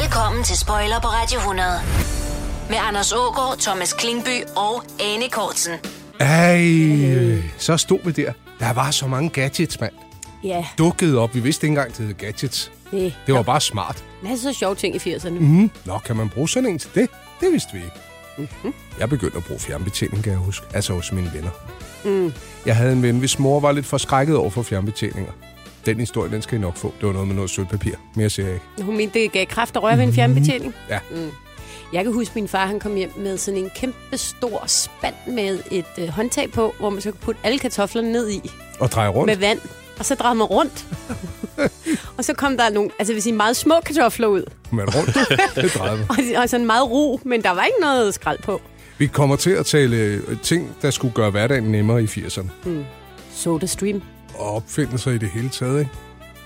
Velkommen til Spoiler på Radio 100. Med Anders Ågaard, Thomas Klingby og Anne Kortsen. Ej, så stod vi der. Der var så mange gadgets, mand. Ja, Dukkede op. Vi vidste ikke engang, det hed gadgets. det Det var bare smart. er masser af sjove ting i 80'erne. Mm. Nå, kan man bruge sådan en til det? Det vidste vi ikke. Jeg begyndte at bruge fjernbetjening, kan jeg huske. Altså hos mine venner. Jeg havde en ven, hvis mor var lidt forskrækket over for fjernbetjeninger. Den historie, den skal I nok få. Det var noget med noget sølvpapir. Mere siger jeg ikke. Hun mente, det gav kraft at røre ved en fjernbetjening. Ja. Jeg kan huske, min far han kom hjem med sådan en kæmpe stor spand med et øh, håndtag på, hvor man så kunne putte alle kartoflerne ned i Og dreje rundt. med vand. Og så drejede man rundt. og så kom der nogle, altså hvis sige, meget små kartofler ud. Men rundt. det drejede man. Og, og sådan meget ro, men der var ikke noget skrald på. Vi kommer til at tale øh, ting, der skulle gøre hverdagen nemmere i 80'erne. Soda Stream. Og opfindelser i det hele taget, ikke?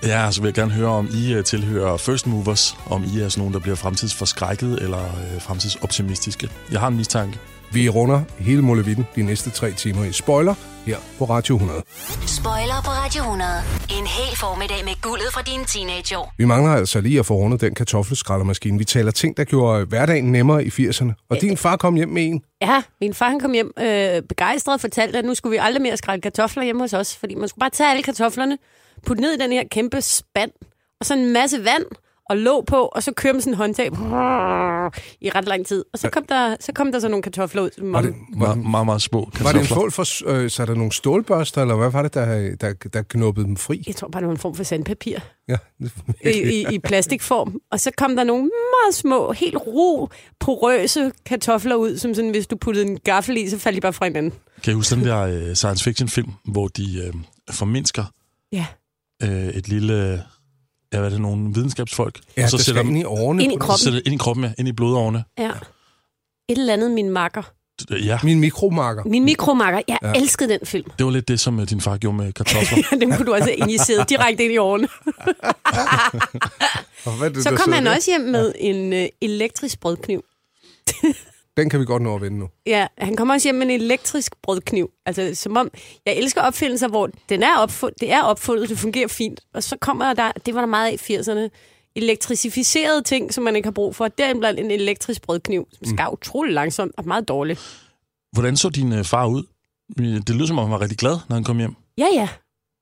Ja, så vil jeg gerne høre, om I øh, tilhører first movers, om I er sådan nogen, der bliver fremtidsforskrækket eller øh, fremtidsoptimistiske. Jeg har en mistanke. Vi runder hele Molevitten de næste tre timer i spoiler her på Radio 100. Spoiler på Radio 100. En hel formiddag med guldet fra dine teenageår. Vi mangler altså lige at få rundet den kartoffelskrællemaskine. Vi taler ting, der gjorde hverdagen nemmere i 80'erne. Og din far kom hjem med en. Ja, min far han kom hjem øh, begejstret og fortalte, at nu skulle vi aldrig mere skrælle kartofler hjemme hos os, fordi man skulle bare tage alle kartoflerne, putte ned i den her kæmpe spand, og så en masse vand og låg på, og så kører man sådan en håndtag i ret lang tid. Og så kom der så, kom der så nogle kartofler ud. Som Var det, var, Me- meget, meget små var det en kartofler. fål for, øh, så er der nogle stålbørster, eller hvad var det, der, der, der knuppede dem fri? Jeg tror bare, det var en form for sandpapir Ja. i, i, i plastikform. Og så kom der nogle meget små, helt ro, porøse kartofler ud, som sådan, hvis du puttede en gaffel i, så faldt de bare fra hinanden. Kan I huske den der øh, science fiction film, hvor de øh, formindsker Ja. øh, et lille... Øh, ja, hvad er det? Nogle videnskabsfolk? Ja, og så så det sætter, skal dem, ind i årene. Ind i på den- kroppen. så sætter ind i kroppen, ja, ind i blodårene. ja. Et eller andet, min makker. Ja, Min mikromarker. Min mikromakker, jeg ja. elskede den film. det var lidt det, som øh, din far gjorde med kartofler. Den kunne du altså injicere direkte ind i årene. Og hvad er det, Så der kom sidder han der? også hjem med en øh, elektrisk brødkniv. Den kan vi godt nå at vende nu. Ja, han kom også hjem med en elektrisk brødkniv. Altså, som om, jeg elsker opfindelser, hvor den er opfundet, det er opfundet, det fungerer fint. Og så kommer der, det var der meget af i 80'erne, elektrificerede ting, som man ikke har brug for. Deriblandt en elektrisk brødkniv, som skar utrolig langsomt og meget dårligt. Hvordan så din øh, far ud? Det lyder, som om han var rigtig glad, når han kom hjem. Ja, ja.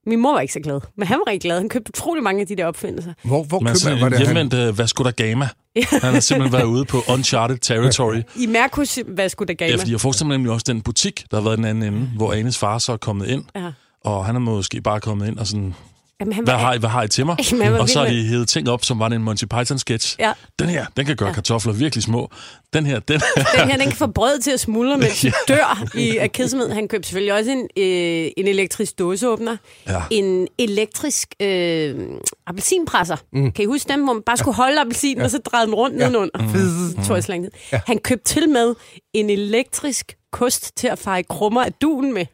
Min mor var ikke så glad, men han var rigtig glad. Han købte utrolig mange af de der opfindelser. Hvor, hvor Man er køber, var sådan en det, han, hjemvendt øh, Vasco da Gama. Han har simpelthen været ude på uncharted territory. I Merkus, hvad skulle der Ja, gale? fordi jeg forestiller mig nemlig også den butik, der har været i den anden ende, hvor Anes far så er kommet ind. Ja. Og han er måske bare kommet ind og sådan, Jamen, han hvad var- har I, hvad har I til mig? Jamen, han var og så har de virkelig- hævet ting op, som var en Monty Python-sketch. Ja. Den her, den kan gøre kartofler virkelig små. Den her, den Den her, den kan få brød til at smuldre, mens den dør i, af kedsomhed. Han købte selvfølgelig også en, øh, en elektrisk dåseåbner. Ja. En elektrisk øh, appelsinpresser. Mm. Kan I huske dem, hvor man bare skulle holde appelsinen, ja. og så drejede den rundt ja. nedenunder? Mm. Tror jeg slet ikke. Ja. Han købte til med en elektrisk kost til at feje krummer af duen med.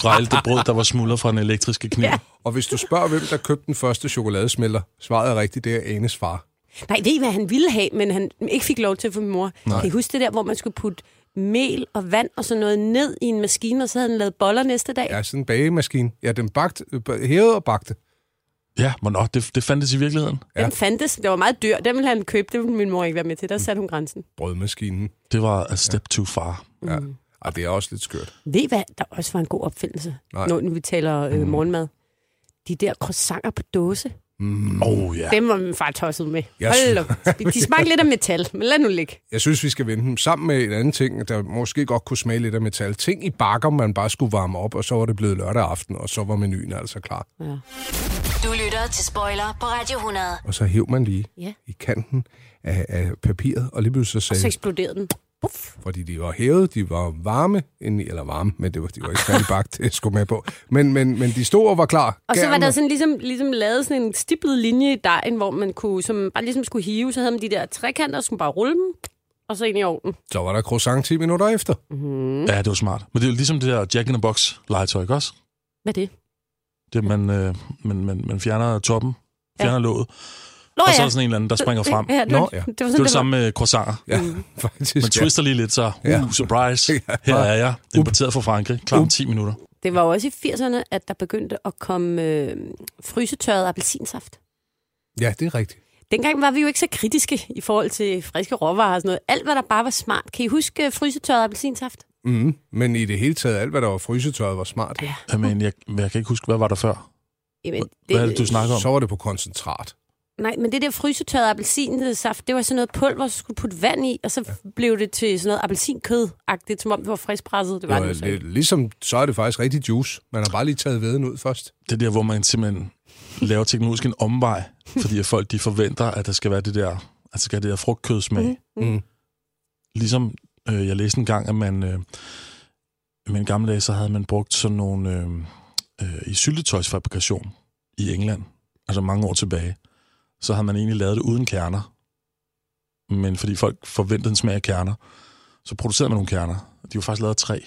fra alt det brød, der var smuldret fra den elektriske kniv. Ja. og hvis du spørger, hvem der købte den første chokoladesmelter, svaret er rigtigt, det er Anes far. Nej, ved I, hvad han ville have, men han ikke fik lov til for min mor. Nej. Kan I huske det der, hvor man skulle putte mel og vand og sådan noget ned i en maskine, og så havde han lavet boller næste dag? Ja, sådan en bagemaskine. Ja, den bagte, hævede og bagte. ja, men nå, det, det fandtes i virkeligheden. Den fandtes. Det var meget dyr. Den ville han købe. Det ville min mor ikke være med til. Mm. Der satte hun grænsen. Brødmaskinen. Det var a step too far. Ja. Mm. Og det er også lidt skørt. Ved I hvad? Der også var en god opfindelse, Nej. Mm. når nu vi taler øh, morgenmad. De der croissanter på dåse, Åh, oh, ja. dem var min far tosset med. Jeg Hold synes- op. De smagte lidt af metal, men lad nu ligge. Jeg synes, vi skal vende dem sammen med en anden ting, der måske godt kunne smage lidt af metal. Ting i bakker, man bare skulle varme op, og så var det blevet lørdag aften, og så var menuen altså klar. Du lytter til Spoiler på Radio 100. Og så hæv man lige Ja. i kanten af, af papiret, og lige pludselig så Så sagde eksploderede den. Puff. fordi de var hævet, de var varme, indeni, eller varme, men det var, de var ikke færdig bagt, det skulle med på. Men, men, men de stod og var klar. Og så var Gerne- der sådan ligesom, ligesom lavet sådan en stiplet linje i dejen, hvor man kunne, som bare ligesom skulle hive. Så havde man de der trekanter, skulle bare rulle dem, og så ind i ovnen. så var der croissant 10 minutter efter. Mhm. Ja, det var smart. Men det er jo ligesom det der Jack in the Box legetøj, ikke også? Hvad er det? Det, man, øh, man, man, man fjerner toppen, fjerner ja. låget, Nå, og så er der sådan en eller anden, der springer frem. Ja, det, var, Nå, Nå, ja. ja. det var Det er sådan, det samme med croissanter. Ja, mm. faktisk. Man ja. twister lige lidt, så uh, Ja. surprise, Ja. her er jeg, importeret fra Frankrig, klar om 10 minutter. Det var jo også i 80'erne, at der begyndte at komme øh, frysetørret appelsinsaft. ja, det er rigtigt. Dengang var vi jo ikke så kritiske i forhold til friske råvarer og sådan noget. Alt, hvad der bare var smart. Kan I huske øh, frysetørret appelsinsaft? Mm, men i det hele taget, alt hvad der var frysetøjet var smart. Ja. Jamen, jeg, jeg kan ikke huske, hvad var der før? Jamen, Hvad er det, du snakker om? Så var det på koncentrat. Nej, men det der frysetørrede appelsinsaft, det var sådan noget pulver, som skulle putte vand i, og så ja. blev det til sådan noget appelsinkød-agtigt, som om det var friskpresset. Det var Det det, var jo så lidt, ikke. ligesom, så er det faktisk rigtig juice. Man har bare lige taget væden ud først. Det der, hvor man simpelthen laver teknologisk en omvej, fordi at folk de forventer, at der skal være det der, at der skal være det der frugtkødsmag. Mm. Mm. Ligesom øh, jeg læste en gang, at man øh, men i gamle dage, så havde man brugt sådan nogle øh, øh, i syltetøjsfabrikation i England, altså mange år tilbage, så havde man egentlig lavet det uden kerner. Men fordi folk forventede en smag af kerner, så producerede man nogle kerner. De var faktisk lavet af træ.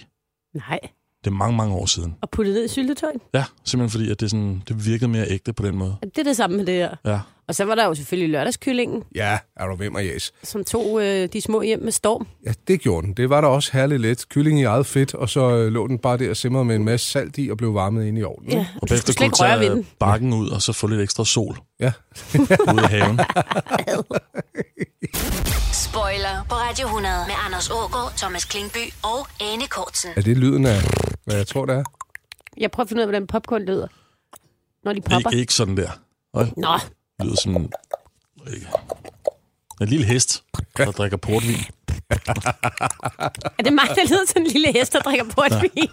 Nej, Det er mange, mange år siden. og puttet ned i syltetøjen. Ja, simpelthen fordi, at det, sådan, det virkede mere ægte på den måde. Det er det samme med det her. Ja. Og så var der jo selvfølgelig lørdagskyllingen, Ja, er du ved mig, Jes? som tog øh, de små hjem med storm. Ja, det gjorde den. Det var da også herligt let. Kylling i eget fedt, og så øh, lå den bare der og simrede med en masse salt i og blev varmet ind i ovnen. Ja, og du skulle slet kunne ikke du røre ved tage den. bakken ud, og så få lidt ekstra sol ja. ude i haven. Spoiler på Radio 100 med Anders Ågaard, Thomas Klingby og Anne Kortsen. Er det lyden af, hvad jeg tror, det er? Jeg prøver at finde ud af, hvordan popcorn lyder, når de popper. Ikke, ikke sådan der. Oj, Nå, det lyder som en, en lille hest, der drikker portvin. er det mig, der lyder som en lille hest, der drikker portvin?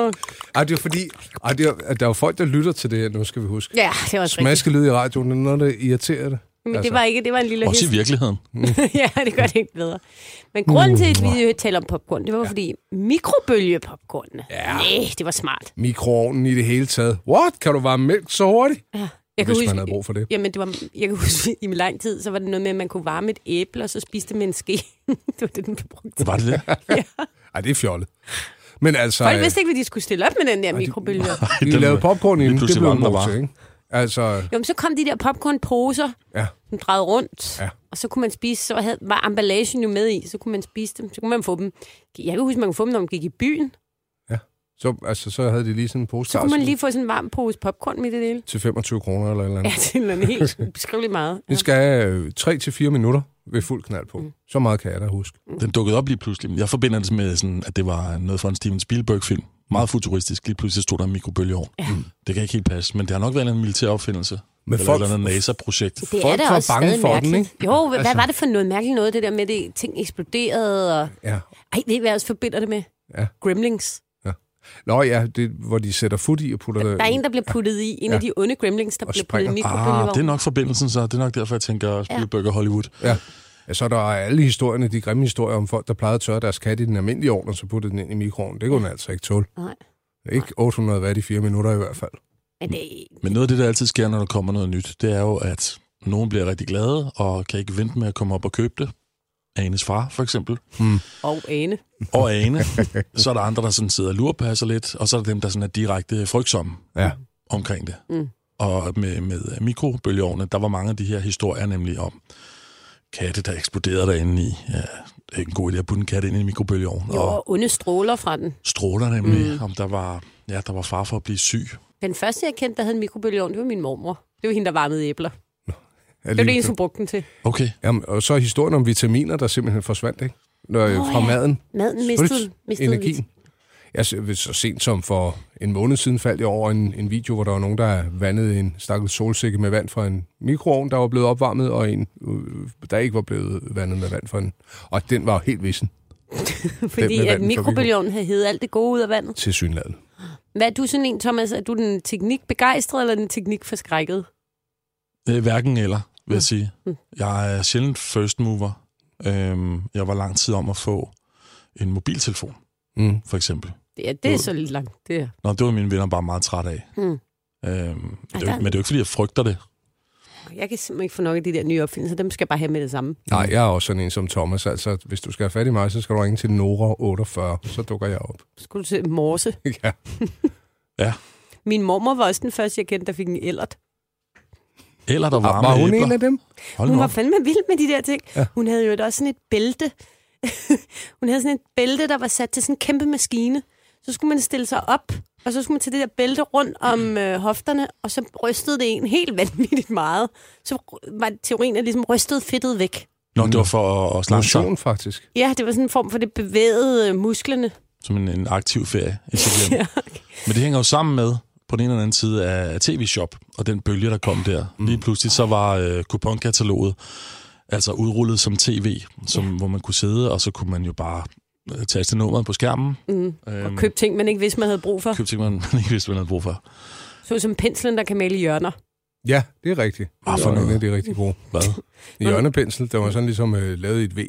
Åh, Ej, det er fordi, ej, det er, der er jo folk, der lytter til det her, nu skal vi huske. ja, det var også rigtigt. Smaske lyd i radioen, det er noget, der irriterer det. Altså, Men det var ikke, det var en lille hest. Også i virkeligheden. ja, det gør det ikke bedre. Men grunden til, at Uh. vi taler om popcorn, det var ja. fordi mikrobølgepopcornene. Ja. Nej, det var smart. Mikroovnen i det hele taget. What? Kan du varme mælk så hurtigt? Ja. Hvis man havde brug for det. Jamen, det var, jeg kan huske, i min lang tid, så var det noget med, at man kunne varme et æble, og så spiste det med en ske. det var det, den blev brugt til. Var det det? Ej, det er fjollet. Men altså... Folk øh, vidste ikke, hvad de skulle stille op med den der mikrobølge. Vi Den- øh, lavede popcorn i lige den, det pludselig blev var en den der god bare. til, ikke? Altså, Jo, men så kom de der popcornposer, ja. som drejede rundt, Ja. ja. og så kunne man spise, så havde, var emballagen jo med i, så kunne man spise dem, så kunne man få dem. Jeg kan huske, man kunne få dem, når man gik i byen. Så, altså, så havde de lige sådan en pose Så kunne man Carlsen lige få sådan en varm pose popcorn midt i det hele. til 25 kroner eller et eller andet. Ja, det er noget helt ubeskriveligt meget. Det skal øh, have 3-4 minutter ved fuld knald på. Mm. Så meget kan jeg da huske. Den dukkede op lige pludselig. Jeg forbinder det med, sådan, at det var noget fra en Steven Spielberg-film. Meget futuristisk. Lige pludselig stod der en mikrobølgeovn. Ja. Mm. Det kan ikke helt passe, men det har nok været en eller anden militær opfindelse. Men eller folk- et eller andet NASA-projekt. Det Folk er da var også bange stadig for den, mærkeligt. ikke? Jo, hvad, Altså. altså. var det for noget mærkeligt noget, det der med, at ting eksploderede? Og... Ja. Ej, ved I, hvad jeg også forbinder det med? Ja. Gremlings. Nå ja, det, hvor de sætter fod i og putter... Der er en, der bliver puttet i. En Ja. af de onde gremlings, der bliver puttet i springer. Ah, det er mikrobølgeovnen. nok forbindelsen så. Det er nok derfor, jeg tænker Spielberg og Hollywood. Ja. ja. så er der alle historierne, de grimme historier om folk, der plejede at tørre deres kat i den almindelige ovn, og så puttede den ind i mikroovnen. Det kunne den altså ikke tåle. Nej. Ikke 800 watt i 4 minutter i hvert fald. Men det, Men noget af det, der altid sker, når der kommer noget nyt, det er jo, at nogen bliver rigtig glade og kan ikke vente med at komme op og købe det. Anes far, for eksempel. og ane. Og Ane. så er der andre, der sådan sidder og lurpasser lidt, og så er der dem, der sådan er direkte frygtsomme Ja. omkring det. Mm. Og med, med mikrobølgeovne, der var mange af de her historier nemlig om katte, der eksploderede derinde i. Ja, det er ikke en god idé at putte en kat ind i en mikrobølgeovn. Jo, Og og onde stråler fra den. stråler nemlig, mm. om der var, ja, der var far for at blive syg. Den første, jeg kendte, der havde en mikrobølgeovn, det var min mormor. Det var hende, der varmede æbler. Det var det eneste, hun brugte den til. Okay, Jamen, og så er historien om vitaminer, der simpelthen forsvandt, ikke? Når, oh, fra ja. maden. Maden mistede, Slut. mistede Energien. Jeg så, så sent som for en måned siden faldt jeg over en, en video, hvor der var nogen, der vandede en stakkels solsikke med vand fra en mikroovn, der var blevet opvarmet, og en, øh, der ikke var blevet vandet med vand fra en. Og den var jo helt vissen vidt, Den med Fordi at vandet fra mikrobølgeovnen havde hævet alt det gode ud af vandet. til synladen. Hvad er du sådan en, Thomas? Er du den teknikbegejstret, eller den teknikforskrækket? Øh, hverken eller, vil jeg sige. Hm. Jeg er sjældent first mover. Øhm, jeg var lang tid om at få en mobiltelefon, Mm. for eksempel. Ja, det er så lidt langt. Det er. Nå, det var mine venner bare meget trætte af. Mm. Øhm, det, der- er jo- men det er jo ikke, fordi jeg frygter det. Jeg kan simpelthen ikke få nok af de der nye opfindelser. Dem skal jeg bare have med det samme. Nej, jeg er også sådan en som Thomas. Altså, hvis du skal have fat i mig, så skal du ringe til Nora 48, så dukker jeg op. Så skulle du til morse. ja. Ja. Min mormor var også den første, jeg kendte, der fik en ellert. Eller der varme Var hun æbler. en af dem? Hold nu Hun var op. fandme vild med de der ting. Ja. Hun havde jo da også sådan et bælte. hun havde sådan et bælte, der var sat til sådan en kæmpe maskine. Så skulle man stille sig op Og så skulle man tage det der bælte rundt om øh, hofterne, og så rystede det en helt vanvittigt meget. Så ry- var teorien, at ligesom rystede fedtet væk. Nå, det var for at, at slange sig, Motion, faktisk. Ja, det var sådan en form for det bevægede øh, musklerne. som en, en aktiv ferie. Ikke så glemt. Ja. Men det hænger jo sammen med, på den ene eller anden side af TV-shop, og den bølge, der kom der. Lige pludselig så var øh, kuponkataloget altså udrullet som tv, som, hvor man kunne sidde, og så kunne man jo bare øh, taste nummeret på skærmen. Mm. Øhm, Og købe ting, man ikke vidste, man havde brug for. købe ting, man, man ikke vidste, man havde brug for. Så som penslen, der kan male hjørner. Ja, det er rigtigt. Hvad for Det var en noget? af de rigtig gode. Hvad? I hjørnepensel, der var sådan ligesom øh, lavet i et V.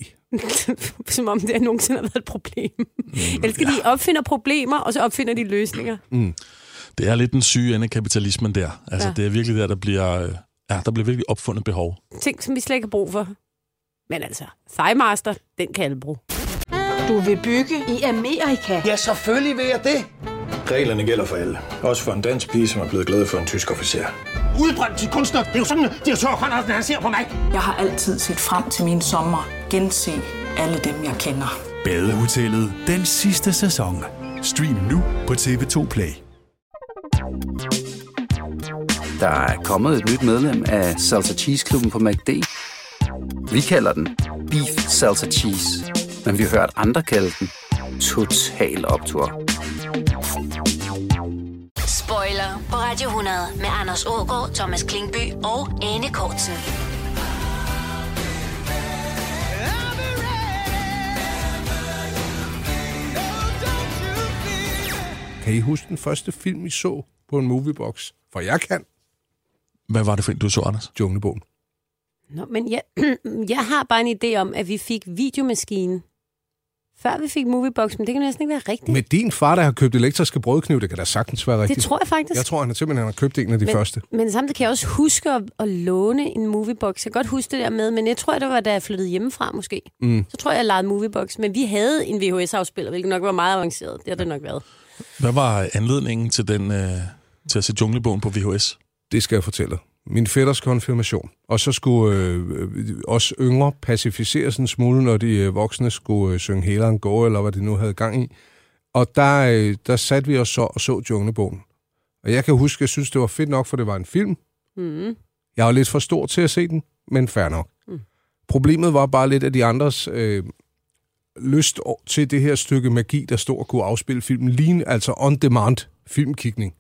som om det nogensinde har været et problem. Mm, Elsker, ja. de opfinder problemer, og så opfinder de løsninger. Det er lidt den syge ende af kapitalismen der. Altså, Ja. ja. det er virkelig der, der bliver, øh, ja, der bliver virkelig opfundet behov. Ting, som vi slet ikke har brug for. Men altså, Thighmaster, den kan alle bruge. Du vil bygge i Amerika? Ja, selvfølgelig vil jeg det. Reglerne gælder for alle. Også for en dansk pige, som er blevet glad for en tysk officer. Udbrændt til kunstner. Det er jo sådan, at direktør Conradsen, han ser på mig. Jeg har altid set frem til min sommer. Gense alle dem, jeg kender. Badehotellet den sidste sæson. Stream nu på TV2 Play. Der er kommet et nyt medlem af Salsa Cheese Klubben på MACD. Vi kalder den Beef Salsa Cheese, men vi har hørt andre kalde den Total Optor. Spoiler på Radio 100 med Anders Ågaard, Thomas Klingby og Anne Kortsen. Kan I huske den første film, I så på en moviebox? For jeg kan. Hvad var det for en, du så, Anders? Junglebogen. Nå, men jeg, jeg har bare en idé om, at vi fik videomaskinen. Før vi fik Moviebox, men det kan næsten ikke være rigtigt. Med din far, der har købt elektriske brødkniv, det kan da sagtens være rigtigt. det tror jeg faktisk. Jeg tror, han har simpelthen har købt en af de men, første. Men samtidig kan jeg også huske at, at låne en moviebox. Jeg kan godt huske det der med, men jeg tror, det var, da jeg flyttede hjemmefra måske. Mm. Så tror jeg, jeg lejede moviebox. Men vi havde en VHS-afspiller, hvilket nok var meget avanceret. Det har det nok været. Hvad var anledningen til, den, øh, til at se Junglebogen på VHS? Det skal jeg fortælle dig. Min fætters konfirmation. Og så skulle øh, øh, os yngre pacificeres en smule, når de øh, voksne skulle øh, synge Heleren gå, eller hvad de nu havde gang i. Og der, øh, der satte vi os så og så Junglebogen. Og jeg kan huske, at jeg synes, det var fedt nok, for det var en film. Mm. Jeg var lidt for stor til at se den, men fair nok. Mm. Problemet var bare lidt, at de andres øh, lyst o- til det her stykke magi, der stod og kunne afspille filmen, lige altså on-demand filmkikning.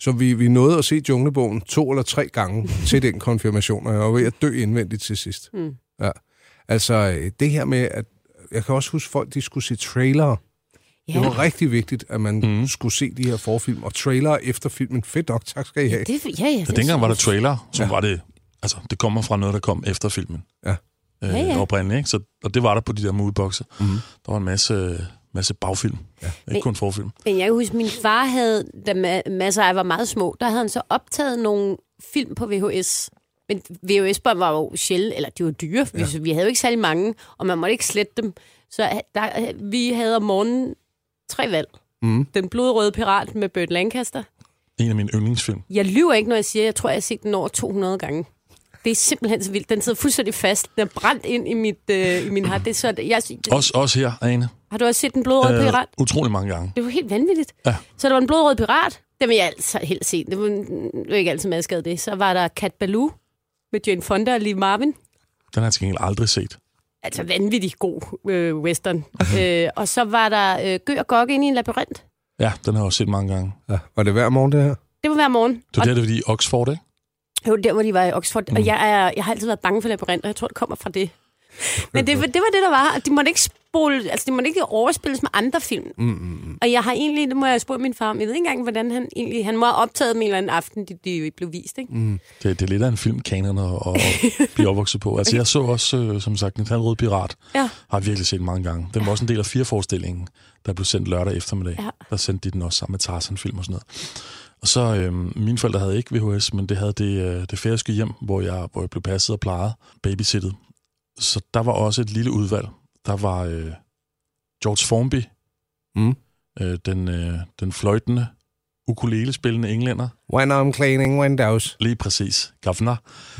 Så vi, vi nåede at se Junglebogen to eller tre gange til den konfirmation, og jeg var ved at dø indvendigt til sidst. Mm. Ja. Altså, øh, det her med, at jeg kan også huske folk, de skulle se trailere. Ja, Det var rigtig vigtigt, at man mm. skulle se de her forfilm, og trailere efter filmen. Fedt nok, tak skal I have. det, ja, ja, det Ja, er dengang var der sådan- trailer, som Ja. ja. var det... Altså, det kommer fra noget, der kom efter filmen. Ja. Øh, Ja, ja, ja. ja. Oprindeligt, ikke? Så, og det var der på de der movieboxer. Mm. Der var en masse, masse bagfilm. Ja. Ikke kun forfilm. Men jeg kan huske, min far havde, da ma- masser af var meget små, der havde han så optaget nogle film på VHS. Men VHS-bånd var jo sjældent, eller de var dyre, ja. vi, vi havde jo ikke særlig mange, og man måtte ikke slette dem. Så ha- der, øh, vi havde om morgenen tre valg. Mm. Den blodrøde pirat med Burt Lancaster. En af mine yndlingsfilm. Jeg lyver ikke, når jeg siger, at jeg tror, jeg har set den over 200 gange. Det er simpelthen så vildt. Den sidder fuldstændig fast. Den er brændt ind i, mit, øh, i min harddisk. Så jeg, Også, også her, Ane. har du også set den blodrøde øh. pirat? utrolig mange gange. Det var helt vanvittigt. Ja. Så der var en blodrød pirat. Den vil jeg altså helt se. Det var, det var ikke altid masket det. Så var der Cat Baloo med Jane Fonda og Lee Marvin. Den har jeg til gengæld aldrig set. Altså vanvittigt god øh, western. øh, og så var der øh, Gø og Gokke inde i en labyrint. Ja, den har jeg også set mange gange. Ja. Var det hver morgen, det her? Det var hver morgen. Det var der, det var i Oxford, ikke? Og, jo, der hvor de var i Oxford. Mm. Og jeg, er, jeg har altid været bange for labyrinter. Jeg tror, det kommer fra det. Men det, var- det var det, der var. Og De måtte ikke spole, altså de måtte ikke overspilles med andre film. Mm, mm. Og jeg har egentlig, det må jeg spørge min far om, jeg ved ikke engang, hvordan han egentlig, han må have optaget dem en eller anden aften, de, de blev vist, ikke? Det, det er lidt af en filmkanon at, at blive opvokset på. Altså, jeg så også, øh, som sagt, Den Røde Pirat. Ja. Har jeg virkelig set mange gange. Den var også en del af fire forestillingen, der blev sendt lørdag eftermiddag. Ja. Der sendte de den også sammen med Tarzan-film og sådan noget. Og så, øh, mine forældre havde ikke VHS, men det havde det, øh, det færøske hjem, hvor jeg, hvor jeg blev passet og plejet, babysittet. Så der var også et lille udvalg. Der var øh, George Formby, Mm. øh, den, øh, den fløjtende ukulelespillende englænder. When I'm cleaning windows. Lige præcis. Gavner.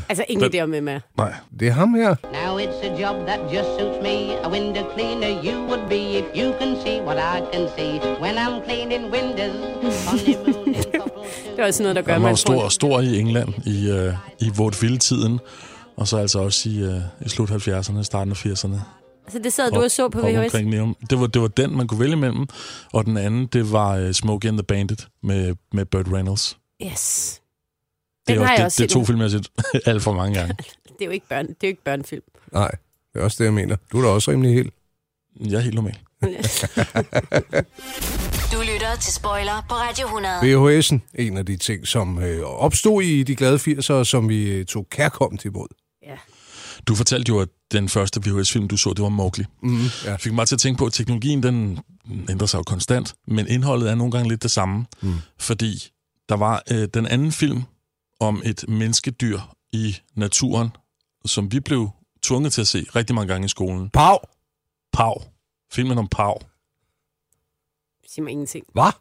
Altså, ingen Men- idé om, hvem er. Nej. Det er ham her. Now it's a job that just suits me. A window cleaner you would be if you can see what I can see when I'm cleaning windows. On the moon in Copplestone. Det er også noget, der gør, Han at var man jo stor, tror- stor i England i, øh, i vaudeville-tiden. Og så altså også i, øh, i slut 70'erne, starten af 80'erne. Altså, det sad du og så på Op VHS. omkring Neum. Det var, det var den, man kunne vælge imellem. Og den anden, det var uh, Smokey and the Bandit med, med Burt Reynolds. Yes. det Den er, har også- jeg det, også det er set. to film, jeg har set alt for mange gange. Det er jo ikke, børn, det er jo ikke børnefilm. Nej, det er også det, jeg mener. Du er da også rimelig helt. Jeg er helt normal. øh, Du lytter til Spoiler på Radio 100. VHS'en, en af de ting, som øh, opstod i de glade 80'ere, som vi øh, tog kærkomt imod. ja. Du fortalte jo, at den første VHS-film, du så, det var Mowgli. Mm, ja. Jeg fik mig til at tænke på, at teknologien den ændrer sig jo konstant, men indholdet er nogle gange lidt det samme. Mm. Fordi der var øh, den anden film om et menneskedyr i naturen, som vi blev tvunget til at se rigtig mange gange i skolen. Pau! Pav. Filmen om Pav. Det siger mig ingenting. Hvad?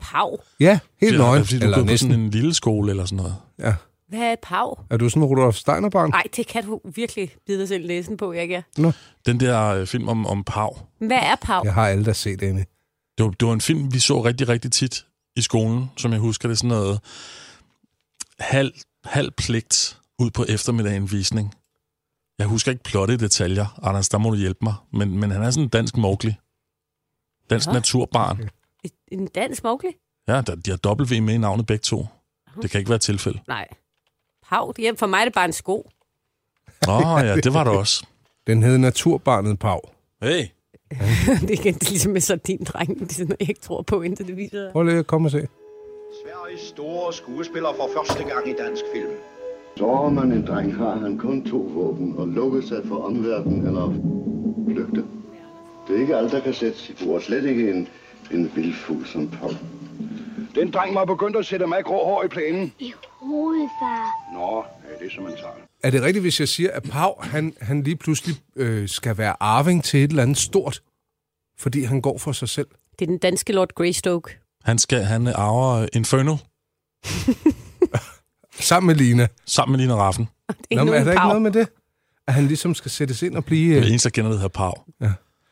Pav. Ja, helt Det er- nøgen. Fordi du Eller går på næsten. sådan en lille skole eller sådan noget. Ja. Hvad er et pav? Er du sådan en Rudolf Steiner-barn? Nej, det kan du virkelig bide dig selv næsen på, jeg ikke er. Den der øh, film om, om Pav, Hvad er pav? Jeg har alle, der set denne. det var, det var en film, vi så rigtig, rigtig tit i skolen, som jeg husker det er sådan noget halv, halv pligt ud på eftermiddagen visning. Jeg husker ikke plotte i detaljer, Anders, der må du hjælpe mig, men, men han er sådan en dansk Mowgli. Dansk Nå. naturbarn. Et- En dansk Mowgli? Ja, der, de har dobbelt V med i navnet begge to. Det kan ikke være et tilfælde. Nej. Pav, det er, for mig er det bare en sko. Nå ja, det var der også. Den hed Naturbarnet Pau. Hey, det er igen ligesom med sardindrengen. Det er sådan noget, jeg ikke tror på, indtil det viser sig. Prøv lige at komme og se. Sveriges store skuespiller for første gang i dansk film. Sårer man en dreng, har han kun to våben og lukker sig for omverdenen eller flygter. Det er ikke alt, der kan sætte sit ord. Slet ikke en, en vildfugl som Paul. Den dreng var begyndt at sætte mig grå hår i planen. I hovedet, far. Nå, ja, det er som man tager. Er det rigtigt, hvis jeg siger, at Pau, han, han lige pludselig øh, skal være arving til et eller andet stort, fordi han går for sig selv? Det er den danske Lord Greystoke. han, skal, han arver Inferno Sammen med Lina. sammen med Lina Raffen. Det er Nå, Nå, men er nogen der pav. ikke noget med det? At han ligesom skal sættes ind og blive... Det Øh, eneste, jeg kender, det hedder Pav.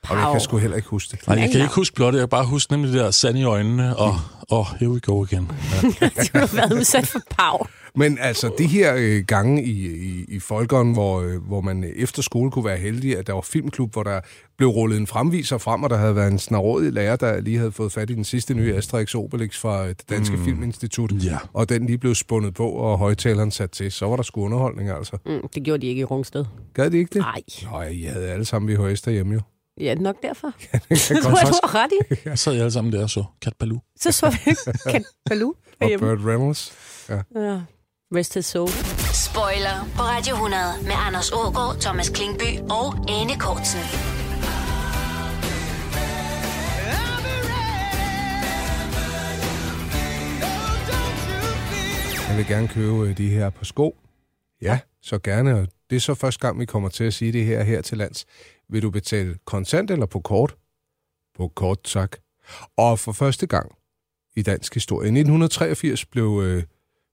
og jeg kan sgu heller ikke huske det. Nej, jeg kan ikke huske blot, jeg kan bare huske nemlig det der sand i øjnene, og oh, here we go again. du har været udsat for pav. Men altså, de her øh, gange i, i, i Folkeren, hvor, øh, hvor man øh, efter skole kunne være heldig, at der var filmklub, hvor der blev rullet en fremviser frem, og der havde været en snarådig lærer, der lige havde fået fat i den sidste nye Asterix Obelix fra øh, det Danske mm. Filminstitut, Ja. og den lige blev spundet på, og højtaleren sat til, så var der sgu underholdning altså. Mm, det gjorde de ikke i Rungsted. Gad de ikke det? Nej. Nej, I havde alle sammen VHS derhjemme jo. Ja, nok derfor. Jeg Det tror jeg, du har ret i. Ja. Så sad jeg alle sammen der og så Kat Baloo. Så så vi Kat Baloo Og derhjemme. Burt Reynolds. Ja. Rest his soul. Spoiler på Radio 100 med Anders Ågaard, Thomas Klingby og Anne Kortsen. Jeg vil gerne købe øh, de her på sko. Ja, så gerne. Og det er så første gang, vi kommer til at sige det her her til lands. Vil du betale kontant eller på kort? På kort, tak. Og for første gang i dansk historie, i 1983, blev øh,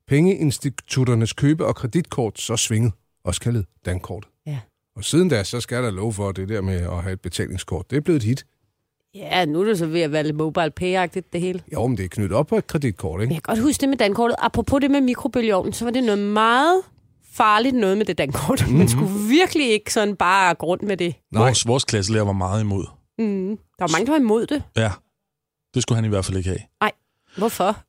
pengeinstitutternes købe- og kreditkort så svinget, også kaldet dankortet. Ja. Og siden da, så skal der lov for at det der med at have et betalingskort. Det er blevet et hit. Ja, nu er det så ved at være lidt mobile pay-agtigt, det hele. Jo, men det er knyttet op på et kreditkort, Men ikke? jeg kan godt huske det med dankortet. Apropos det med mikrobølgeovnen, så var det noget meget farligt noget med det dankort. Mm-hmm. Man skulle virkelig ikke sådan bare gå rundt med det. Nej. Vores, vores klasselærer var meget imod. Mm. Der var mange, der var imod det. Ja, det skulle han i hvert fald ikke have. Hvorfor?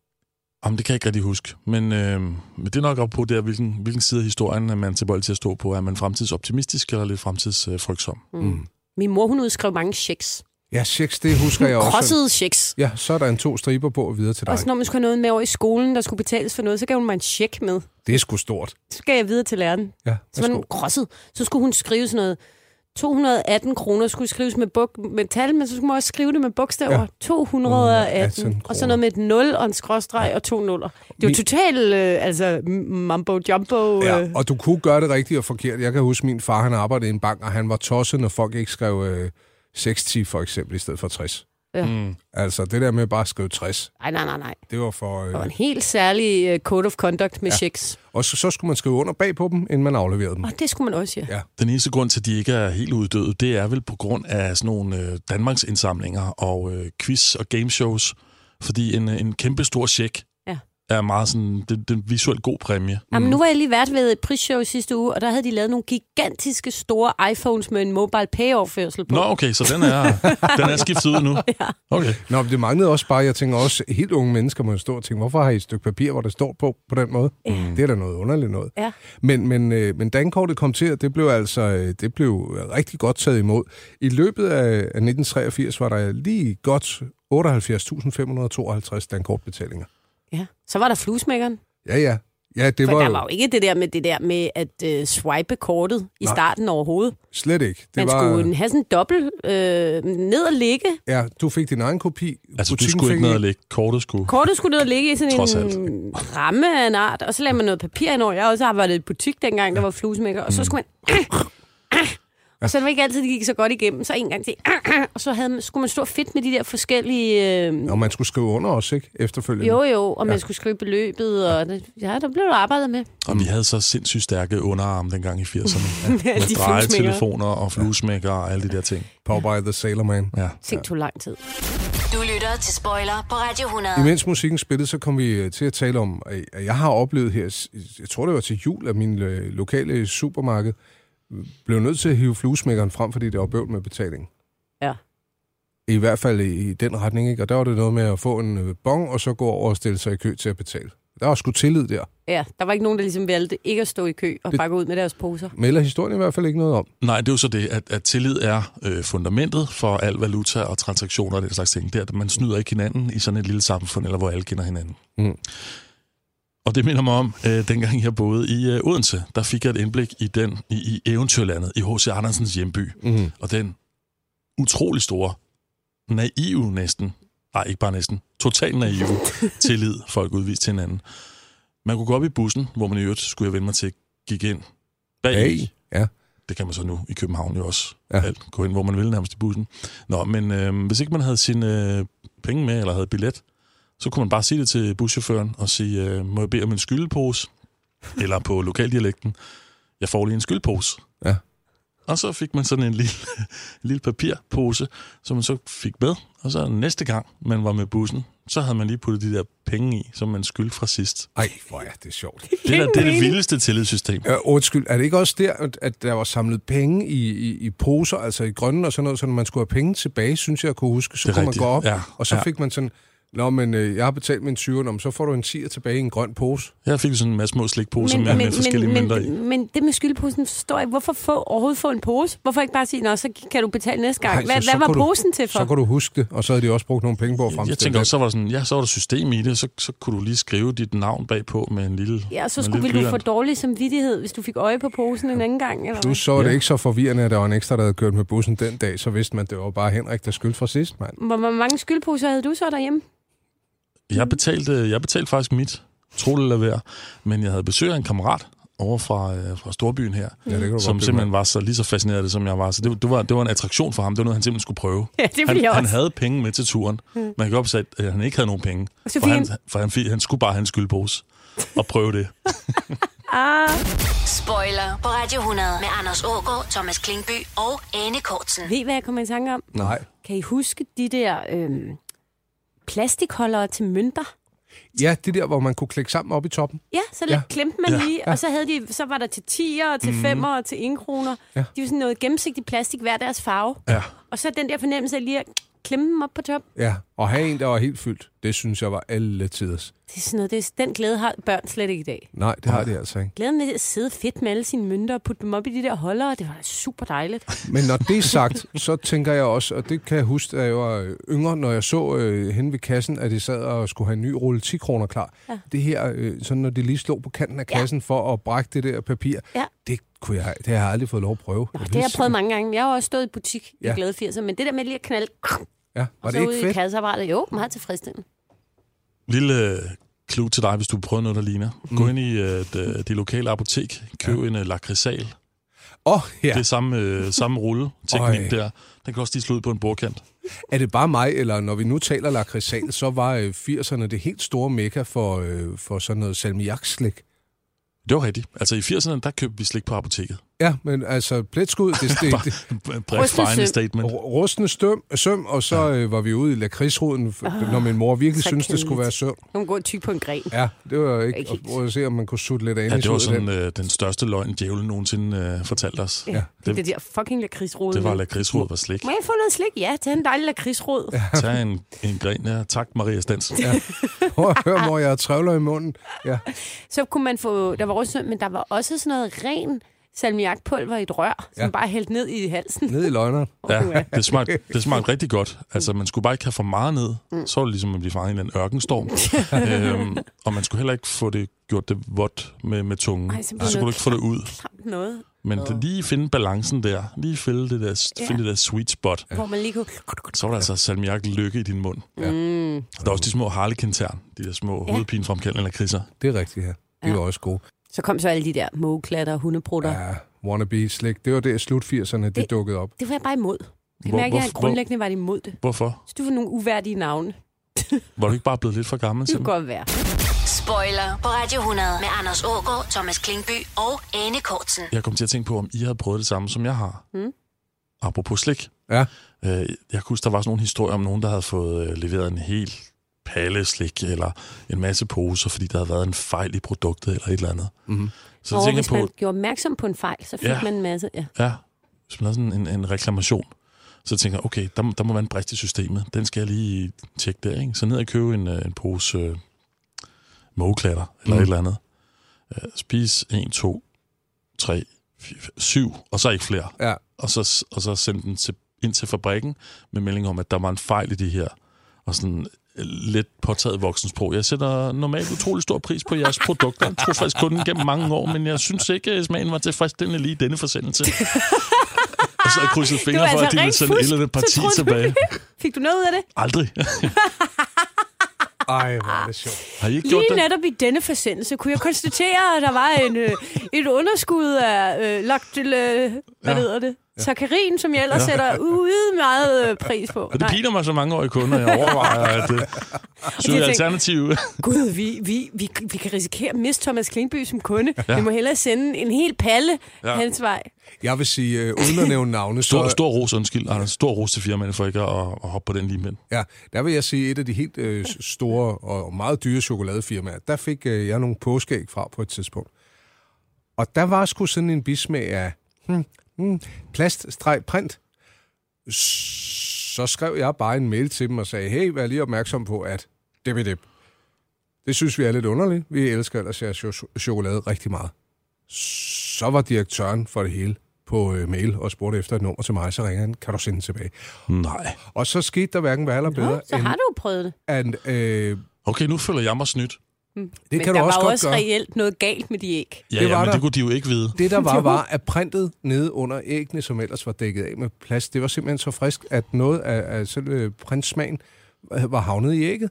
Jamen, det kan jeg ikke rigtig huske. Men, øh, men det er nok op på der, hvilken, hvilken side af historien er man tilbøjelig til at stå på. Er man fremtidsoptimistisk eller lidt fremtidsfrygtsom? Mm. Min mor, hun udskrev mange checks. Ja, checks, det husker jeg også. Krossede checks. Ja, så er der en to striber på og videre til dig. Og så når man skulle have noget med over i skolen, der skulle betales for noget, så gav hun mig en check med. Det er sgu stort. Så gav jeg videre til læreren. Ja, Så var den krosset. Så skulle hun skrive sådan noget. 218 kroner skulle skrives med, buk- med tal, men så skulle man også skrive det med bogstaver. Ja. Ja. 218 218. Og så noget med et 0 og en skråstreg og to nuller. Det var Min- totalt øh, altså, mambo jumbo. Øh. Ja, og du kunne gøre det rigtigt og forkert. Jeg kan huske, min far han arbejdede i en bank, og han var tosset, når folk ikke skrev øh, 60 for eksempel, i stedet for 60. Ja. Mm. Altså, det der med bare at skrive 60, Nej, nej, nej, nej. det var for... Det var Øh, en helt særlig øh, code of conduct med Ja. ja. checks. og så, så skulle man skrive under bag på dem, inden man afleverede dem. Og det skulle man også, ja. Ja. Den eneste grund til, at de ikke er helt uddøde, det er vel på grund af sådan nogle øh, Danmarks indsamlinger og øh, quiz og gameshows. Fordi en, øh, en kæmpe stor check Ja. er meget sådan, det, det er en visuelt god præmie. Jamen, nu var jeg lige vært ved et prisshow sidste uge, og der havde de lavet nogle gigantiske store iPhones med en mobile pay-overførsel på. Nå, okay, så den er, den er skiftet ud nu. Okay. Nå, men det manglede også bare, jeg tænker også, helt unge mennesker må jo stå og tænke, hvorfor har I et stykke papir, hvor der står på på den måde? Mm. Det er da noget underligt noget. Ja. Men, men, øh, men dankortet kom til, og det blev altså øh, det blev rigtig godt taget imod. I løbet af af 1983 var der lige godt 78.552 dankortbetalinger. Ja. Så var der fluesmækkeren. Ja, ja. Ja, det For var, der var jo jo ikke det der med det der med at øh, swipe kortet i Nej. starten overhovedet. slet ikke. Det Man var, skulle have sådan en dobbelt øh, ned og ligge. Ja, du fik din egen kopi. Altså, du Butikken skulle fik ikke ned en. og lægge kortet skulle. Kortet skulle ned og ligge i sådan Trods alt. en ramme af en art, og så lagde man noget papir indover. Jeg har også arbejdet i butik dengang, der var fluesmækker, Mm. og så skulle man... Og så det var ikke altid, det gik så godt igennem. Så en gang til, og så havde man, skulle man stå fedt med de der forskellige... Øh, Og man skulle skrive under også, ikke? Efterfølgende. jo, jo, og man skulle skrive beløbet, og det, ja, der blev der arbejdet med. Og vi Mm. havde så sindssygt stærke underarme dengang i 80'erne. Med alle Med de fluesmækkere. drejetelefoner og fluesmækker og alle de der ting. Popeye the Sailor Man. Ja. Ting tog lang tid. Du lytter til Spoiler på Radio 100. Imens musikken spillede, så kom vi øh, til at tale om, øh, at jeg har oplevet her, jeg tror det var til jul, at min øh, lokale supermarked øh, blev nødt til at hive fluesmækkeren frem, fordi det var bøvl med betaling. Ja. I hvert fald i, i den retning, ikke? Og der var det noget med at få en øh, bong, og så gå over og stille sig i kø til at betale. Der var sgu tillid der. Ja, der var ikke nogen, der ligesom valgte ikke at stå i kø og Det- pakke ud med deres poser. Melder historien i hvert fald ikke noget om. Nej, det er jo så det, at, at tillid er øh, fundamentet for al valuta og transaktioner og den slags ting. Det er, at man snyder ikke hinanden i sådan et lille samfund, eller hvor alle kender hinanden. Mm. Og det minder mig om, øh, dengang jeg boede i øh, Odense, der fik jeg et indblik i den i, i eventyrlandet, i H.C. Andersens hjemby. Mm. Og den utrolig store, naive næsten, nej ikke bare næsten, totalt naive tillid, folk udviste til hinanden. Man kunne gå op i bussen, hvor man i øvrigt, skulle jeg vende mig til, gik ind bag. Hey. Ja. Det kan man så nu i København jo også. Ja. Ja. Alt, gå ind, hvor man vil nærmest i bussen. Nå, men øh, hvis ikke man havde sine øh, penge med, eller havde billet, så kunne man bare sige det til buschaufføren og sige, øh, må jeg bede om en skyldepose? eller på lokaldialekten, jeg får lige en skyldepose. Ja. Og så fik man sådan en lille, en lille papirpose, som man så fik med. Og så næste gang, man var med bussen, så havde man lige puttet de der penge i, som man skyldte fra sidst. Ej, hvor er det sjovt. Det, der, det er det mening. vildeste tillidssystem. Øh, undskyld, er det ikke også der, at- at der var samlet penge i, i, i poser, altså i grønne og sådan noget, så når man skulle have penge tilbage, synes jeg, jeg kunne huske, så Det er kunne man rigtigt, gå op, ja, og så ja. fik man sådan, Nå, men øh, jeg har betalt min 20, men så får du en 10'er tilbage i en grøn pose. Jeg fik sådan en masse små slikposer med, med forskellige men, mønter i. men, men det med skyldposen forstår jeg ikke. Hvorfor få, overhovedet få en pose? Hvorfor ikke bare sige, nå, så kan du betale næste gang? Ej, Ej, hvad, så- så hvad var kunne du- posen til for? Så kan du huske det, og så havde de også brugt nogle penge på at Jeg fremstille tænker, det. så var der sådan, ja, så var der system i det, så, så kunne du lige skrive dit navn bagpå med en lille Ja, og så med en skulle lille ville du få blyant. dårlig samvittighed, hvis du fik øje på posen en anden gang. Eller hvad? Plus, så var det Ja. ikke så forvirrende, at der var en ekstra, der havde kørt med bussen den dag, så vidste man, det var bare Henrik, der skyldte fra sidst, mand. Hvor, hvor mange skyldposer havde du så derhjemme? Jeg betalte, jeg betalte faktisk mit, tro det eller være, men jeg havde besøg af en kammerat over fra, øh, fra Storbyen her, Ja, det kan du som godt blive med. simpelthen var så lige så fascineret af det, som jeg var. Så det, det, var, det var en attraktion for ham. Det var noget, han simpelthen skulle prøve. Ja, det ville han, jeg han også. Mm. havde penge med til turen. Man kan godt sige, at øh, han ikke havde nogen penge. Og så For fik han, for han, fik- han skulle bare have en skyldpose og prøve det. Ah. Spoiler på Radio 100 med Anders Ågaard, Thomas Klingby og Anne Kortsen. Ved I, hvad jeg kommer i tanke om? Nej. Kan I huske de der øhm, plastikholdere til mønter? Ja, det der, hvor man kunne klikke sammen op i toppen. Ja, så Ja. ja. klemte man Ja, ja. lige, og så, havde de, så var der til 10'er, og til 5'er og til 1 kroner. Ja. Ja. De var sådan noget gennemsigtigt plastik, hver deres farve. Ja. Og så den der fornemmelse af lige at klemme dem op på top. Ja, og have en, der var helt fyldt, det synes jeg var alle tiders. Det er sådan noget, det er, den glæde har børn slet ikke i dag. Nej, det har de altså ikke. Glæden ved at sidde fedt med alle sine mønter og putte dem op i de der holdere, det var da super dejligt. Men når det er sagt, så tænker jeg også, og det kan jeg huske, da jeg var øh, yngre, når jeg så øh, hen ved kassen, at de sad og skulle have en ny rulle 10 kroner klar. Ja. Det her, øh, sådan når de lige slog på kanten af kassen ja. for at brække det der papir, Ja. det, kunne jeg, det har jeg aldrig fået lov at prøve. Nå, det har jeg prøvet mange gange. Jeg har jo også stået i butik Ja. ja. i glade 80'er, men det der med lige at knalde Ja, var og det så ikke ud i fedt? kasseapparatet, jo, meget tilfredsstillende. Lille øh, clue til dig, hvis Mm. du prøver noget, der ligner. Gå ind i øh, det, det lokale apotek, køb en øh, lakridsal, Oh, ja. Det er samme, øh, samme rulleteknik Øj. der. Den kan også lige slå ud på en bordkant. Er det bare mig, eller når vi nu taler lakridsal, så var øh, 80'erne det helt store mekka for, øh, for sådan noget salmiakslik. Det var rigtigt. Altså i 80'erne, der købte vi slik på apoteket. Ja, men altså pletskud, det, det, det Bredt Rustne final søm. statement. r- rustne støm, søm, og så ja. øh, var vi ude i lakridsruden, oh, når min mor virkelig så syntes, det skulle kedeligt. være søm. Hun går tyk på en gren. Ja, det var ikke, Ikke ikke og helt. prøve at se, om man kunne sutte lidt af Ja, det var den. sådan øh, den største løgn, djævlen nogensinde øh, fortalte os. Ja, det, er Det- det der fucking lakridsrod. Det var lakridsrod var slik. Må jeg få noget slik? Ja, tag en dejlig lakridsrod. Ja. Tag en, en gren her. Tak, Maria Stens. Ja. Prøv at høre, mor, jeg har trævler i munden. Ja. Så kunne man få... Der var også, men der var også sådan noget ren salmiakpulver i et rør, som Ja. bare hældt ned i halsen. Ned i løgneren. Ja, det smagte, det smagte rigtig godt. Altså, man skulle bare ikke have for meget ned. Mm. Så var det ligesom at blive fanget i en eller anden ørkenstorm. øhm, og man skulle heller ikke få det gjort det vådt med, med tungen. Ej, så så bliver det kunne du noget ikke få det ud. Klamt noget, Men det, lige finde balancen der. Lige finde det der, Ja. finde det der sweet spot. hvor man lige kunne... Mm. Så var der altså salmiak lykke i din mund. Ja. Der er også de små harlekintern. De der små Ja. ja. hovedpinefremkaldende lakridser. Det er rigtigt, ja. De Ja. ja. var også gode. Så kom så alle de der mågeklatter og hundeprutter. Ja. Ja, wannabe slik. Det var der i slut 80'erne, det, Det- det dukkede op. Det var jeg bare imod. Jeg Hvor- mærker, at jeg hvor- grundlæggende var imod det. Hvorfor? Så du var nogle uværdige navne. Var du ikke bare blevet lidt for gammel? Det kunne simpelthen? godt være. Spoiler på Radio 100 med Anders Ågaard, Thomas Klingby og Anne Kortsen. Jeg kom til at tænke på, om I havde prøvet det samme, som jeg har. Mm. Apropos slik. Ja. Øh, jeg kan huske, der var sådan nogle historier om nogen, der havde fået øh, leveret en hel palle slik, eller en masse poser, fordi der havde været en fejl i produktet, eller et eller andet. Mhm. Så og jeg tænker hvis jeg man på, gjorde opmærksom på en fejl, så fik ja. Ja. man en masse. Ja. ja, hvis man havde sådan en, en reklamation, så tænker jeg, okay, der, må- der må være en brist i systemet. Den skal jeg lige tjekke der, ikke? Så ned og købe en, øh, en pose øh, mågeklatter, eller Mm. et eller andet. Øh, spis 1, 2, 3, 4, 7, og så ikke flere. Ja. og så, og så sendte den til, ind til fabrikken med melding om, at der var en fejl i det her. Og sådan øh, lidt påtaget voksensprog. Jeg sætter normalt utrolig stor pris på jeres produkter. Jeg tror faktisk kun gennem mange år, men jeg synes ikke, at smagen var tilfredsstillende lige i denne forsendelse. og så har jeg krydset Det var altså fingre for, at de ville rent sende et fusk. eller andet Så parti troede du tilbage. det. Fik du noget ud af det? Aldrig. Ej, hvor er det sjovt. Har I ikke gjort Lige det? netop i denne forsendelse kunne jeg konstatere, at der var en, øh, et underskud af øh, lagt til, øh, hvad Ja. hedder det? Sakarin, som jeg ellers sætter ude meget øh, pris på. Og det Nej. piner mig så mange år i kunder, jeg overvejer at øh, søge tænkte- alternativ. Gud, vi, vi, vi, vi kan risikere at miste Thomas Klingby som kunde. Ja. Vi må hellere sende en hel palle ja. Ja. hans vej. Jeg vil sige, øh, uden at nævne navne, så... Stor, stor ros, undskyld, Anders. Stor ros til firmaerne for ikke at, at hoppe på den lige med. Ja, der vil jeg sige, et af de helt øh, s- store og meget dyre chokoladefirmaer, der fik øh, jeg nogle påskeæg fra på et tidspunkt. Og der var sgu sådan en bismag af hmm, hmm, plast-print. Så skrev jeg bare en mail til dem og sagde, hey, vær lige opmærksom på, at det ved det. Det synes vi er lidt underligt. Vi elsker ellers jeres cho- chokolade rigtig meget. Så var direktøren for det hele på øh, mail og spurgte efter et nummer til mig, så ringer han, kan du sende den tilbage? Nej. Og så skete der hverken værre eller bedre, Nå, så end har du jo prøvet det. And, øh, det Okay, nu føler jeg mig snydt. Men kan der du også var godt også gøre. reelt noget galt med de æg. Ja, Det det var ja, men der. det kunne de jo ikke vide. Det, der var, var, at printet nede under æggene, som ellers var dækket af med plast, det var simpelthen så frisk, at noget af, af selve printsmagen øh, var havnet i ægget.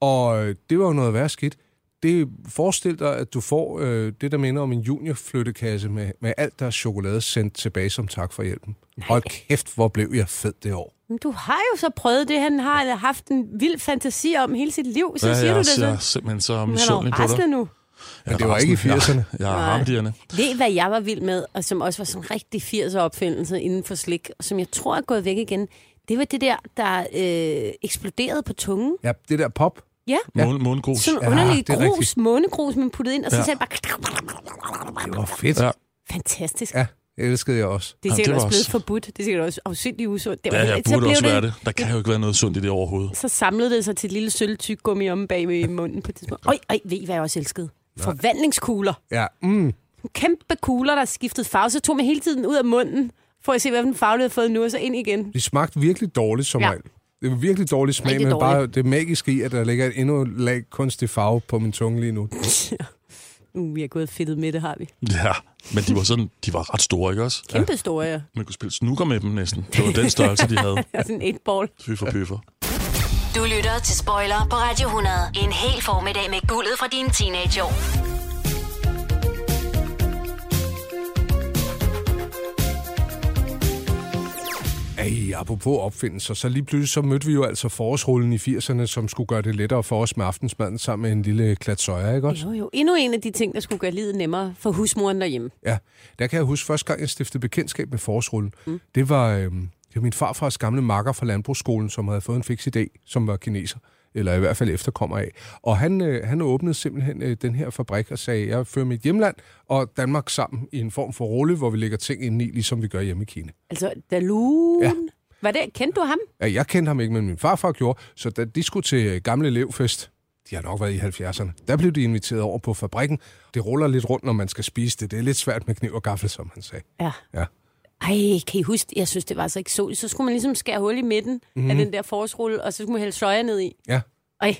Og øh, det var jo noget værre skidt. Det forestil dig, at du får øh, det, der minder om en juniorflyttekasse med, med alt deres chokolade sendt tilbage som tak for hjælpen. Nej. Hold kæft, hvor blev jeg fed det år. Men du har jo så prøvet det, han har haft en vild fantasi om hele sit liv. Så ja, ja, siger jeg, du det jeg er så. simpelthen så Men Han er misundelig jo på dig. rasende nu. Jeg er det var ikke i rasende. 80'erne. Jeg, jeg er Nej. harmdierne. Ved I, hvad jeg var vild med, og som også var sådan en rigtig 80'er opfindelse inden for slik, og som jeg tror er gået væk igen? Det var det der, der øh, eksploderede på tungen. Ja, det der pop. Ja, Måne, månegrus. sådan en Ja, underlig det er grus, rigtigt. månegrus, man puttede ind, og så ja. Ja. selv bare... Det var fedt. Ja, Ja. Fantastisk. Ja. ja det elskede jeg også. Det er Ja, sikkert det var også blevet også- forbudt. Det er sikkert også afsindigt usundt. Det Ja, helt- jeg så burde blev også være det. Der kan jo ikke være noget sundt i det overhovedet. Så samlede det sig til et lille sølvtyggummi om bag i munden på et tidspunkt. Øj, øj, ved I, hvad jeg også elskede? Forvandlingskugler. Ja, mm. De smagte virkelig dårligt som Ja. ja. regel. Det var virkelig dårlig smag, Rigtig men dårligt. bare det magiske i, at der ligger et endnu lag kunstig farve på min tunge lige nu. Uh, vi har gået fedtet med det, har vi. Ja, men de var, sådan, de var ret store, ikke også? Ja. Kæmpe store, ja. Man kunne spille snooker med dem næsten. Det var den størrelse, de havde. Det er sådan et ball. Fy for pyffer. Du lytter til Spoiler på Radio 100. En hel formiddag med guldet fra dine teenageår. Ej, apropos opfindelser, så lige pludselig så mødte vi jo altså forårsrullen i 80'erne, som skulle gøre det lettere for os med aftensmaden sammen med en lille klat soja, ikke også? Jo, jo. Endnu en af de ting, der skulle gøre livet nemmere for husmoren derhjemme. Ja, der kan jeg huske, første gang jeg stiftede bekendtskab med forårsrullen, mm. det, var, øh, det var min farfars gamle makker fra landbrugsskolen, som havde fået en fix idé, som var kineser, eller i hvert fald efterkommer af. Og han, øh, han åbnede simpelthen øh, den her fabrik og sagde, jeg fører mit hjemland og Danmark sammen i en form for rulle, hvor vi lægger ting ind i, ligesom vi gør hjemme i Kina. Altså, Dalun. Ja. Ja. Var det, kendte du ham? Ja, jeg kendte ham ikke, men min farfar gjorde, så da de skulle til øh, gamle elevfest, de har nok været i 70'erne, der blev de inviteret over på fabrikken. Det ruller lidt rundt, når man skal spise det. Det er lidt svært med kniv og gaffel, som han sagde. Ja. Ja. Ej, kan I huske, det? jeg synes, det var så eksotisk. Så skulle man ligesom skære hul i midten mm. af Mhm. den der forårsrulle, og så skulle man hælde soja ned i. ja. Ej,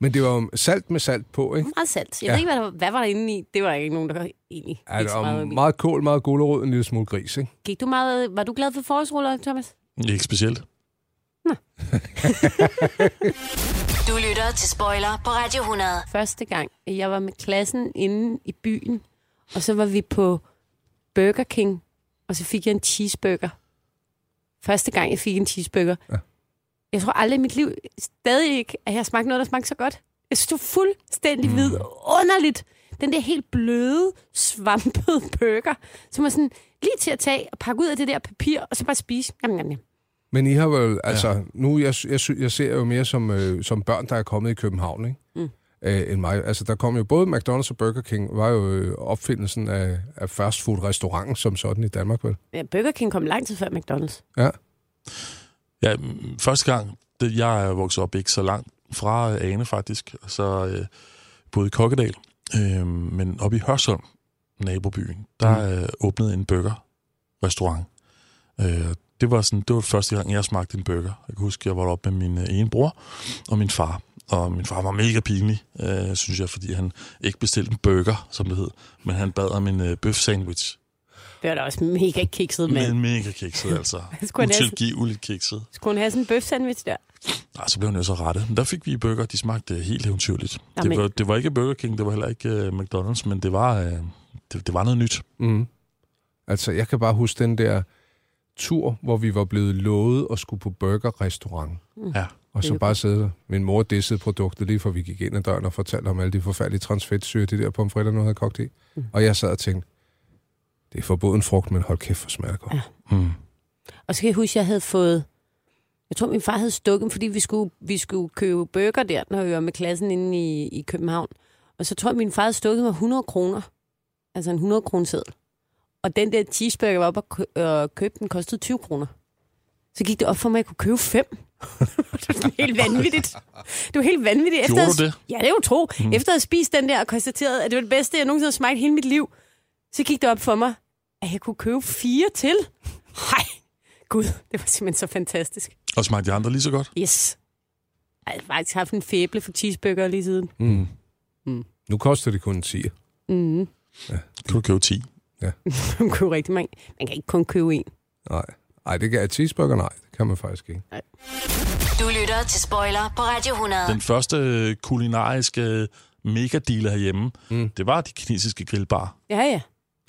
Men det var jo salt med salt på, ikke? meget salt. Jeg Ja. ja. ved ikke, hvad, der, hvad var der inde i. Det var der ikke nogen, der egentlig Ja, gik det så meget var op i. meget kål, meget gulerod, en lille smule gris, ikke? Gik du meget... Var du glad for forårsruller, Thomas? Ikke specielt. Du lytter til Spoiler på Radio 100. Første gang, jeg var med klassen inde i byen, og så var vi på Burger King, og så fik jeg en cheeseburger. Første gang, jeg fik en cheeseburger. Ja. Jeg tror aldrig i mit liv, stadig ikke, at jeg har smagt noget, der smagte så godt. Jeg synes, det var fuldstændig mm. vidunderligt. Den der helt bløde, svampede burger, som var sådan lige til at tage og pakke ud af det der papir, og så bare spise. Jamen, jamen, jamen. Men I har vel, altså, ja. nu, jeg, sy- jeg, sy- jeg ser jo mere som, øh, som børn, der er kommet i København, ikke? Mm. Mm. Øh, end mig. Altså, der kom jo både McDonald's og Burger King, var jo øh, opfindelsen af, af fastfood-restauranten som sådan i Danmark, vel? Ja, Burger King kom lang tid før McDonald's. Ja. Ja, mm, første gang, det, jeg er vokset op ikke så langt fra øh, Ane faktisk, og så øh, boede i Kokkedal, øh, men oppe i Hørsholm, nabobyen, der Mm. øh, åbnede en burger-restaurant. Øh, det var sådan, det var første gang, jeg smagte en burger. Jeg kan huske, jeg var oppe med min øh, ene bror og min far. Og min far var mega pinlig, øh, synes jeg, fordi han ikke bestilte en burger, som det hed, men han bad om en øh, bøf sandwich. Det var da også mega kikset, mand. Men mega kikset, altså. Skulle han næsten- Utilgiveligt kikset. Skulle hun have sådan en bøf sandwich der? Nej, Ah, så blev han jo så rettet. Men der fik vi burger, de smagte øh, helt eventyrligt. Det Jamen. var, det var ikke Burger King, det var heller ikke uh, McDonald's, men det var, uh, det, det var noget nyt. Mm. Altså, jeg kan bare huske den der tur, hvor vi var blevet lovet at skulle på burgerrestaurant. Ja. Og så bare sidde der. Min mor dissede produktet lige fra vi gik ind ad døren og fortalte om alle de forfærdelige transfedtsyre, de der pomfritter, nu havde kogt i. Mm. Og jeg sad og tænkte, det er forbuden frugt, men hold kæft for smager godt. Mm. Og så kan jeg huske, at jeg havde fået... Jeg tror, min far havde stukket, dem, fordi vi skulle, vi skulle købe burger der, når vi var med klassen inde i, i København. Og så tror jeg, min far havde stukket mig 100 kroner. Altså en 100 kroner seddel. Og den der cheeseburger, jeg var oppe og kø- og købte, den kostede 20 kroner. Så gik det op for mig, at jeg kunne købe fem. det var sådan helt vanvittigt. Det var helt vanvittigt. Gjorde jeg- du det? Ja, det er jo tro. Mm. Efter at have spist den der og konstateret, at det var det bedste, jeg nogensinde har smagt i hele mit liv, så gik det op for mig, at jeg kunne købe fire til. Hej, gud, det var simpelthen så fantastisk. Og smagte de andre lige så godt? Yes. Ej, Jeg har faktisk haft en fæble for cheeseburger lige siden. Mm. Mm. Nu koster det kun 10. Mm. Kan du købe 10? Man købe rigtig mange. Man kan ikke kun købe en. Nej. Ej, det kan jeg cheeseburger, nej. Det kan man faktisk ikke. Du lytter til Spoiler på Radio 100. Den første øh, kulinariske øh, megadeal herhjemme, Mm. mm. det var de kinesiske grillbar. Ja, ja.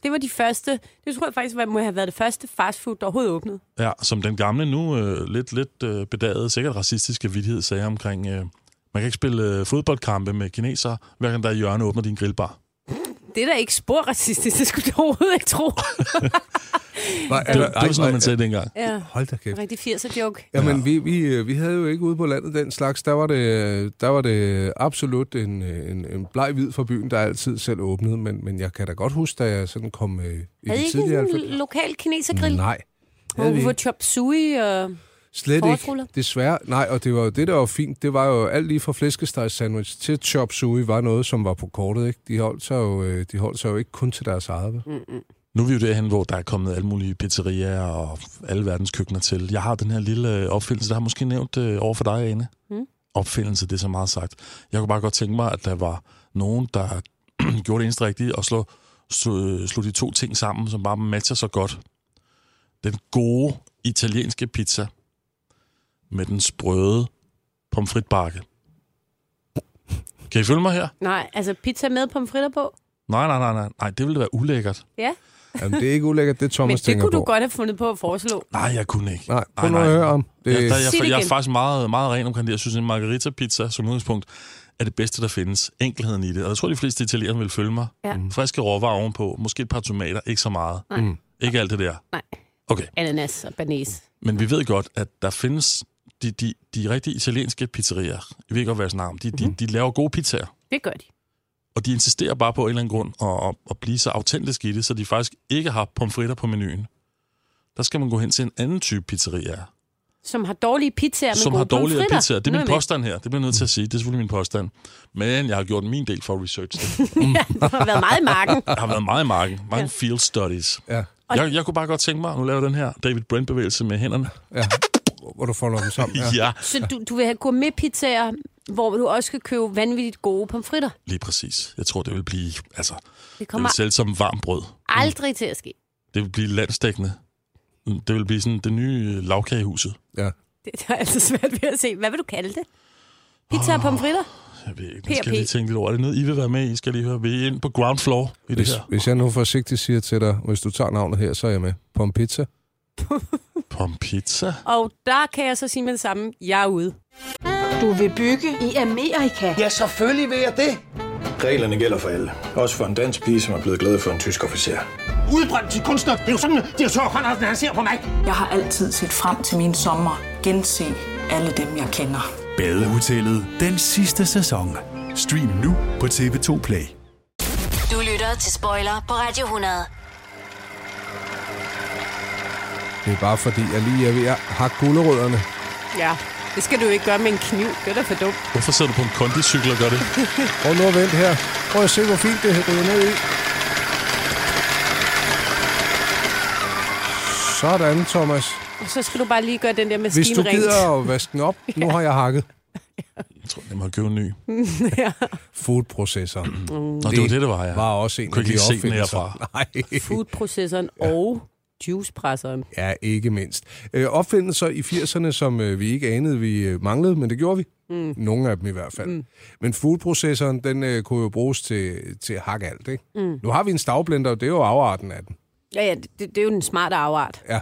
Det var de første. Det tror jeg faktisk var, må have været det første fastfood, der overhovedet åbnede. Ja, som den gamle nu øh, lidt, lidt øh, bedagede, sikkert racistiske vidtighed sagde omkring, øh, man kan ikke spille øh, fodboldkampe med kinesere, hver gang der i hjørne åbner din grillbar. Det er da ikke spor racistisk, det skulle du overhovedet ikke tro. Nej, altså, Det, det var sådan noget, man sagde dengang. ja, Hold da kæft. rigtig 80'er joke. Jamen, vi, vi, øh, vi havde jo ikke ude på landet den slags. Der var det, øh, der var det absolut en, øh, en, en bleg hvid fra byen, der altid selv åbnede. Men, men jeg kan da godt huske, da jeg sådan kom øh, i Havde I de ikke tidlige en altså. 90'erne. lokal kinesergrill? Nej. Hvor Havde vi vi får ikke. chop suey og... Slet forårsruller? ikke. Desværre. Nej, og det var jo det, der var fint. Det var jo alt lige fra flæskesteg sandwich til chop suey var noget, som var på kortet. Ikke? De, holdt sig jo, øh, de holdt sig jo ikke kun til deres eget. vel? Mm. Nu er vi jo derhen, hvor der er kommet alle mulige pizzerier og alle verdens køkkener til. Jeg har den her lille øh, opfindelse, der har jeg måske nævnt øh, over for dig, Ane. Mm. Opfindelse, det er så meget sagt. Jeg kunne bare godt tænke mig, at der var nogen, der gjorde det eneste rigtige og slog, slog, slog de to ting sammen, som bare matcher så godt. Den gode italienske pizza med den sprøde pomfritbakke. Kan I følge mig her? Nej, altså pizza med pomfritter på? Nej, nej, nej, nej. nej det ville da være ulækkert. Ja. Jamen, det er ikke ulækkert, det Thomas Men det tænker kunne på. du godt have fundet på at foreslå. Nej, jeg kunne ikke. Nej, prøv nu at høre om. Det... Jeg, der, Det, jeg, Øh, Sig det jeg, jeg er igen. faktisk meget, meget ren omkring det. Jeg synes, en margarita-pizza som udgangspunkt er det bedste, der findes. Enkelheden i det. Og jeg tror, de fleste italienere vil følge mig. Ja. Mm. Friske råvarer ovenpå. Måske et par tomater. Ikke så meget. Nej. Mm. Ikke alt det der. Nej. Okay. Ananas og banæs. Men vi ved godt, at der findes de, de, de rigtige italienske pizzerier. Vi ved godt, hvad jeg snakker om. De, Mhm. de, de laver gode pizzaer. Det gør de. Og de insisterer bare på en eller anden grund at, at, at blive så autentisk i det, så de faktisk ikke har pomfritter på menuen. Der skal man gå hen til en anden type pizzeria, Som har dårlige pizzaer, men som gode har dårligere pomfritter. pizzaer. Det Nu er min jeg med. påstand her. Det bliver jeg nødt til at sige. Det er selvfølgelig min påstand. Men jeg har gjort min del for research. ja, du har været meget i marken. Der har været meget i marken. Mange field studies. ja, Jeg, jeg kunne bare godt tænke mig, at nu laver jeg den her David Brent-bevægelse med hænderne. hvor du folder dem sammen. Ja. Ja, Så du, du vil have gourmetpizzaer, hvor du også kan købe vanvittigt gode pomfritter. lige præcis. Jeg tror, det vil blive... Altså, Det det kommer vil sælge som varmt brød. aldrig til at ske. Det vil blive landstækkende. Det vil blive sådan det nye øh, lavkagehuset. ja. Det det er altså svært ved at se. Hvad vil du kalde det? Pizza og pomfritter? Jeg ved ikke, nu skal P&P. jeg lige tænke lidt over. Er det noget, I vil være med i? Skal jeg lige høre? Vil I ind på ground floor i det Hvis, her? hvis jeg nu forsigtigt siger til dig, hvis du tager navnet her, så er jeg med. Pompizza. Pompizza? Og der kan jeg så sige med det samme, jeg er ude. Du vil bygge i Amerika? Ja, selvfølgelig vil jeg det. Reglerne gælder for alle. Også for en dansk pige, som er blevet glad for en tysk officer. Udbrændt til kunstner. Det er jo sådan, at direktør Conradsen, han ser på mig. Jeg har altid set frem til min sommer. Gense alle dem, jeg kender. Badehotellet den sidste sæson. Stream nu på TV2 Play. Du lytter til Spoiler på Radio 100. Det er bare fordi, jeg lige er ved at hakke gulerødderne. Ja, det skal du ikke gøre med en kniv. Det er da for dumt. Hvorfor sidder du på en kondicykel og gør det? Prøv nu at vente her. Prøv at se, hvor fint det ryger ned i. Sådan, Thomas. Og så skal du bare lige gøre den der Hvis maskine du rent. gider at vaske den op, nu har jeg hakket Jeg tror, jeg må købe en ny. foodprocessoren. Nå, det var det, det var, ja. var også en Kunne af ikke de lige se den opfindelser. herfra. Nej. Foodprocessoren og juicepresseren. Ja, ikke mindst. Øh, opfindelser i 80'erne, som øh, vi ikke anede, vi øh, manglede, men det gjorde vi. Mm. Nogle af dem i hvert fald. Mm. Men foodprocessoren, den øh, kunne jo bruges til, til at hakke alt, ikke? Mm. Nu har vi en stavblender, og det er jo afarten af den. Ja, ja, det, det er jo den smarte afart. Ja.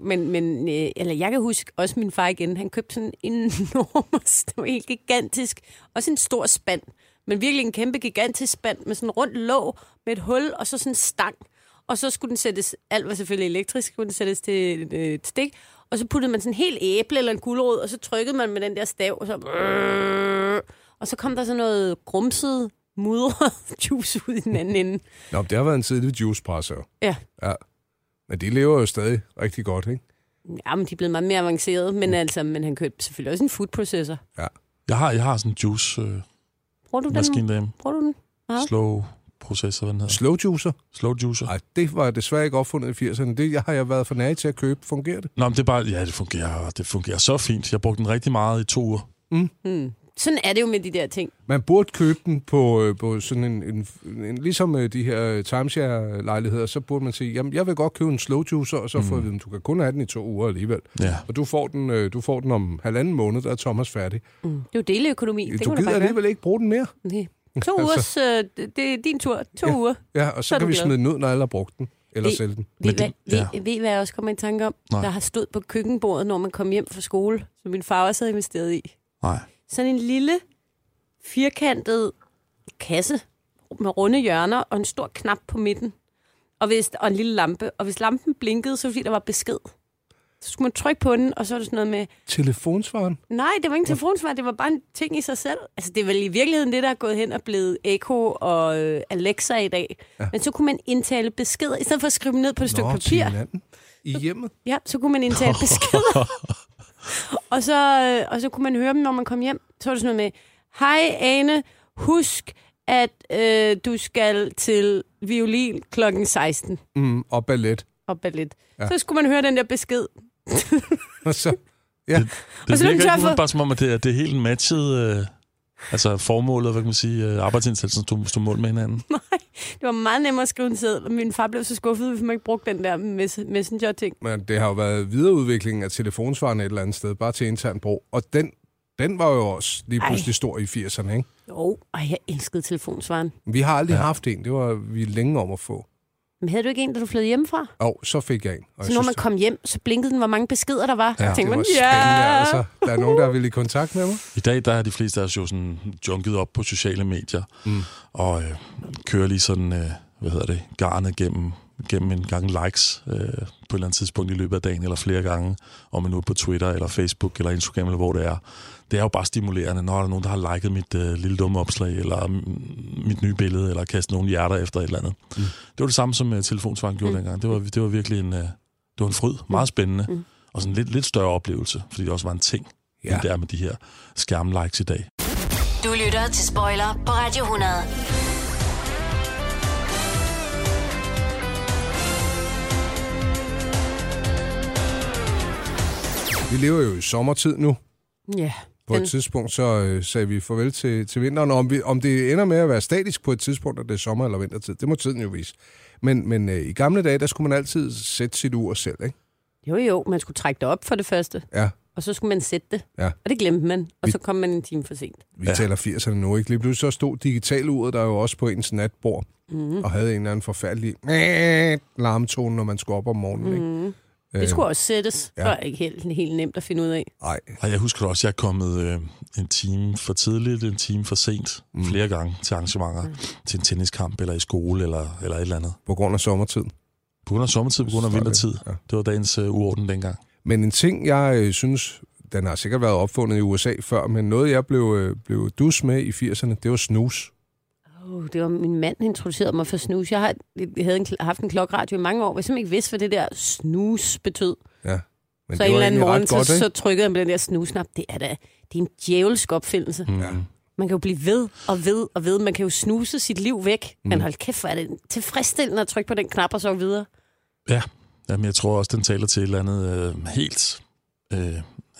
Men, men øh, eller jeg kan huske også min far igen, han købte sådan en enorm, det var helt gigantisk, også en stor spand, men virkelig en kæmpe gigantisk spand med sådan en rundt låg med et hul og så sådan en stang. Og så skulle den sættes, alt var selvfølgelig elektrisk, kunne den sættes til et, øh, et stik, og så puttede man sådan en hel æble eller en gulerod, og så trykkede man med den der stav, og så... Og så kom der sådan noget grumset, mudret juice ud i den anden ende. Nå, men det har været en tidlig juicepresser. Ja. Men de lever jo stadig rigtig godt, ikke? Ja, men de er blevet meget mere avancerede, men, altså, men han købte selvfølgelig også en food processor. Jeg har, jeg har sådan en juice-maskine Bruger du den? øh, derhjemme. Bruger du den? Ja. Slow processor, hvad den hedder. Slow juicer? Slow juicer. Nej, det var desværre ikke opfundet i 80'erne. Det har jeg været for nær til at købe. Fungerer det? Nå, men det er bare... Ja, det fungerer, det fungerer så fint. Jeg brugte den rigtig meget i to uger. Hmm. Sådan er det jo med de der ting. Man burde købe den på, øh, på sådan en, en, en... Ligesom øh, de her øh, timeshare-lejligheder, så burde man sige, jamen, jeg vil godt købe en slow juicer, og så mm. få at vide, du kan kun have den i to uger alligevel. Ja. Og du får den, øh, du får den om halvanden måned, der er Thomas færdig. Det er jo deleøkonomi. Det du kan man da gider bare alligevel ikke bruge den mere. gøre. Nej. To Altså. ugers, øh, det- det er din tur. To Ja. uger. Ja, og så, Så er kan du vi glad. smide den ud, når alle har brugt den. Eller Det- sælge den. Ved, Men hvad, det- ja. ved, ved, hvad jeg også kommer i tanke om? Nej. Der har stået på køkkenbordet, når man kom hjem fra skole, som min far også havde investeret i. Nej. Sådan en lille, firkantet kasse med runde hjørner og en stor knap på midten. Og, hvis, og en lille lampe. Og hvis lampen blinkede, så var det, fordi der var besked. Så skulle man trykke på den, og så var det sådan noget med, Telefonsvaren? Nej, det var ikke telefonsvar, det var bare en ting i sig selv. Altså, det er vel i virkeligheden det, der er gået hen og blevet Echo og øh, Alexa i dag. Ja. Men så kunne man indtale beskeder, i stedet for at skrive dem ned på et stykke Nå, til papir. hinanden. I hjemmet? Ja, så kunne man indtale beskeder. og, så, øh, og så kunne man høre dem, når man kom hjem. Så var det sådan noget med, hej Ane, husk, at øh, du skal til violin klokken 16 Mm, og ballet. og ballet. Ja. Ja. Så skulle man høre den der besked. Og så, ja, Og Det så er den virker tør ikke for- bare som om, at det er, det er helt matchet... Øh, altså formålet, hvad kan man sige, øh, arbejdsindsatsen, du, du mål med hinanden. Det var meget nemmere at skrive en sæd, og min far blev så skuffet, hvis man ikke brugte den der mes- messenger-ting. men det har jo været videreudviklingen af telefonsvarene et eller andet sted, bare til intern brug. Og den, den var jo også lige Ej. pludselig stor i 80'erne, ikke? Jo, og jeg elskede telefonsvaren. Vi har aldrig ja. haft en. Det var vi længe om at få. Men havde du ikke en, da du flød hjemmefra? Og så fik jeg en. Og Så jeg når synes, man kom hjem, så blinkede den, hvor mange beskeder der var. Ja, så Ja, det tænkte man, var ja, altså, der er nogen, der vil i kontakt med mig. I dag der er de fleste af os jo sådan junket op på sociale medier, mm. og øh, kører lige sådan, øh, hvad hedder det, garnet gennem, gennem en gang likes øh, på et eller andet tidspunkt i løbet af dagen, eller flere gange om en uge på Twitter, eller Facebook, eller Instagram, eller hvor det er. Det er jo bare stimulerende, når der er nogen, der har liket mit øh, lille dumme opslag, eller mm, mit nye billede, eller kastet nogle hjerter efter et eller andet. Mm. Det var det samme, som øh, telefonsvaren gjorde mm. dengang. Det var, det var virkelig en, øh, det var en fryd, meget spændende, mm. og sådan en lidt, lidt større oplevelse, fordi det også var en ting, ja. end det er med de her skærmlikes i dag. Du lytter til Spoiler på Radio 100. Vi lever jo i sommertid nu. ja. På et tidspunkt så øh, sagde vi farvel til, til vinteren, og om, vi, om det ender med at være statisk på et tidspunkt, at det er sommer eller vintertid, det må tiden jo vise. Men, men øh, i gamle dage, der skulle man altid sætte sit ur selv, ikke? Jo, jo, man skulle trække det op for det første, Ja, og så skulle man sætte det. ja. Og det glemte man, og så kom man en time for sent. Vi ja. taler 80'erne nu, ikke? Lige pludselig så stod digitaluret der jo også på ens natbord, mm. og havde en eller anden forfærdelig larmtone, når man skulle op om morgenen, ikke? Mm. Øh, Det skulle også sættes. ja. Ja. Det var ikke helt, helt nemt at finde ud af. Nej. Og jeg husker også, at jeg er kommet øh, en time for tidligt, en time for sent, mm. flere gange til arrangementer, mm. til en tenniskamp, eller i skole, eller, eller et eller andet. På grund af sommertiden. På grund af sommertid, på grund af Sådan, vintertid. Ja. Det var dagens øh, uorden dengang. Men en ting, jeg øh, synes, den har sikkert været opfundet i USA før, men noget, jeg blev, øh, blev dus med i 80'erne, det var snus. Oh, det var min mand, der introducerede mig for snus. Jeg har, jeg havde en, kl- haft en klokradio i mange år, hvor jeg simpelthen ikke vidste, hvad det der snus betød. Ja. Men så en eller anden egentlig ret morgen, godt, så, ikke? så trykkede han på den der snusnap. Det er da det er en djævelsk opfindelse. Mm. Ja. Man kan jo blive ved og ved og ved. Man kan jo snuse sit liv væk. Mm. Men hold kæft, hvor er det tilfredsstillende at trykke på den knap og så videre. Ja, Jamen, jeg tror også, den taler til et eller andet øh, helt, øh,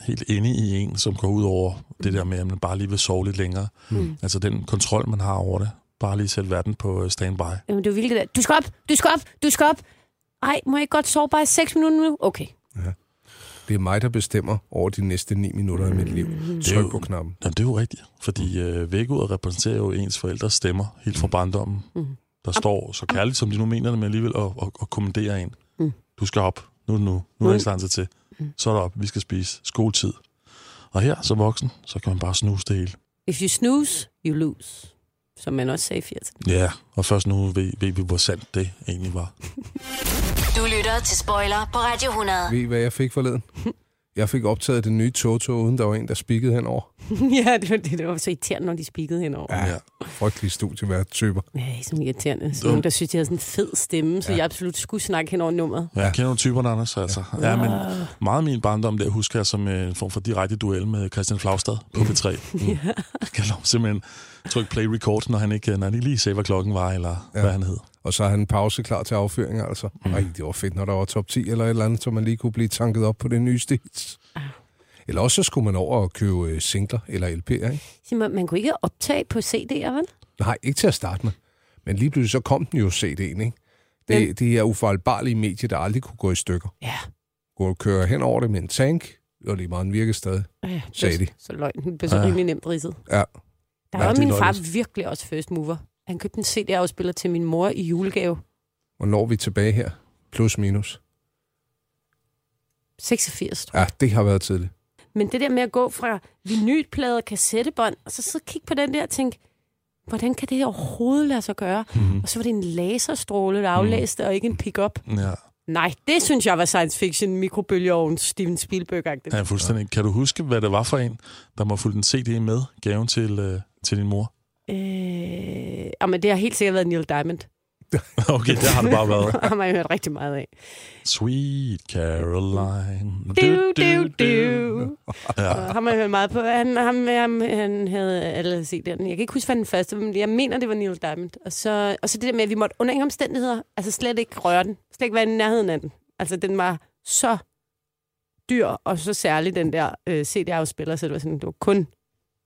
helt inde i en, som går ud over det der med, at man bare lige vil sove lidt længere. Mm. Mm. Altså den kontrol, man har over det. Bare lige sætte verden på øh, standby. Jamen, det er jo virkelig det der. Du skal op, du skal op, du skal op. Ej, må jeg ikke godt sove bare i 6 minutter nu? Okay. Det er mig, der bestemmer over de næste 9 minutter af mit liv. Tryk på knappen. Jamen, det er jo rigtigt, fordi øh, vækkeuret repræsenterer jo ens forældres stemmer helt fra barndommen. Mm. Mm. Der står så kærligt, som de nu mener det, men alligevel og, og, og kommenderer en. Mm. Du skal op. Nu er det nu. Nu er der ikke lang tid til. Så er der op. Vi skal spise. Skoletid. Og her, som voksen, så kan man bare snuse det hele. If you snooze, you lose. Som man også sagde i 80'erne. Ja, og først nu ved, ved vi, hvor sandt det egentlig var. Du lytter til Spoiler på Radio 100. Ved I, hvad jeg fik forleden? Jeg fik optaget det nye Toto, uden der var en, der spikkede henover. ja, det var, det, det var så irriterende, når de spikkede henover. Ja, frygtelige studievært-typer. Ja, sådan irriterende. Så Dum. nogen, der synes, de havde sådan en fed stemme, så Ja. jeg absolut skulle snakke henover nummeret. Ja. Jeg kender nogle typerne, Anders, altså. Ja. ja, men Ah. meget af min barndom der husker jeg som øh, en form for direkte duel med Christian Flagstad på P3. Ja. Jeg kan lov simpelthen trykke play record, når han ikke, når han ikke lige sagde, hvad klokken var, eller ja. hvad han hed. Og så har han en pause klar til affyring, altså. Ej, det var fedt, når der var top 10 eller et eller andet, så man lige kunne blive tanket op på det nye hits. Eller også så skulle man over og købe øh, singler eller LP'er, ikke? Sig mig, man kunne ikke optage på CD'er, vel? Nej, ikke til at starte med. Men lige pludselig så kom den jo CD'en, ikke? Det, det her uforholdbarlige medie, der aldrig kunne gå i stykker. Ja. Gå og køre hen over det med en tank, og lige meget en virkested, Ja, det var sagde de. Så løgn, det blev så Ja. rimelig nemt ridset. Ja. Der Ja, var det er min løgn. far virkelig også first mover. Han købte en CD-afspiller til min mor i julegave. Hvornår er vi tilbage her? Plus minus. 86, Ja, det har været tidligt. Men det der med at gå fra vinylplade og kassettebånd, og så sidde og kigge på den der og tænke, hvordan kan det her overhovedet lade sig gøre? Mhm. Mm-hmm. Og så var det en laserstråle, der aflæste, mm. og ikke en pickup. Ja. Nej, det synes jeg var science fiction, mikrobølgeovn, Steven Spielberg-agtigt. Ja, fuldstændig. Kan du huske, hvad det var for en, der må fulgte en CD med gaven til, øh, til din mor? Øh, jamen, det har helt sikkert været Neil Diamond. Okay, det har det bare været. har man hørt rigtig meget af. Sweet Caroline. Du, du, du. Ja. Og ham har jeg hørt meget på. Han, ham, ham, han havde alle set den. Jeg kan ikke huske, hvad den første, men jeg mener, det var Neil Diamond. Og så, og så det der med, at vi måtte under ingen omstændigheder, altså slet ikke røre den. Slet ikke være i nærheden af den. Altså, den var så dyr, og så særlig den der øh, CD-afspiller, så det var sådan, det var kun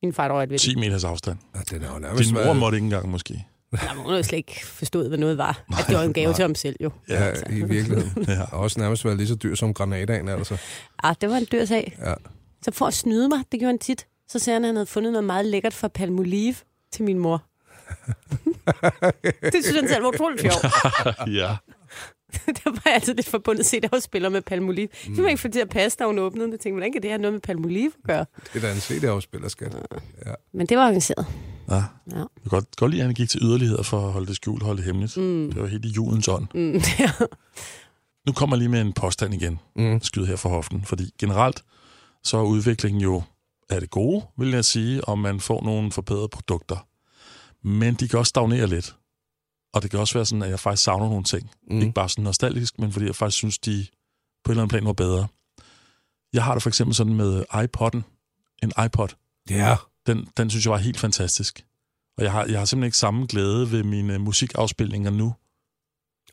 min far, der rørte ved 10 den. meters afstand. Ja, den er jo Din mor måtte ikke engang, måske. Jamen, Hun havde slet ikke forstået, hvad noget var. At det var en gave til ham selv, jo. Ja, ja i virkeligheden. ja. Og også nærmest været lige så dyr som granataen, altså. Ah, det var en dyr sag. Ja. Så for at snyde mig, det gjorde han tit, så sagde han, at han havde fundet noget meget lækkert fra Palmolive til min mor. det synes han selv var utroligt sjovt. ja. der var jeg altid lidt forbundet set af spiller med palmolive. Mm. Det var ikke fordi, til at passe, da hun åbnede den. Jeg tænkte, hvordan kan det her noget med palmolive at gøre? Det er da en CD-afspiller, skat. Ja. Men det var organiseret. Ja. Ja. Jeg kan godt, godt lide, at han gik til yderligheder for at holde det skjult, holde det hemmeligt. Mm. Det var helt i julens ånd. Mm, ja. Nu kommer jeg lige med en påstand igen, mm. skyd her fra hoften. Fordi generelt, så er udviklingen jo af det gode, vil jeg sige, om man får nogle forbedrede produkter. Men de kan også stagnere lidt. Og det kan også være sådan, at jeg faktisk savner nogle ting. Mm. Ikke bare sådan nostalgisk, men fordi jeg faktisk synes, de på et eller andet plan var bedre. Jeg har det for eksempel sådan med iPod'en. En iPod. Ja. Den, den synes jeg var helt fantastisk. Og jeg har, jeg har simpelthen ikke samme glæde ved mine musikafspilninger nu,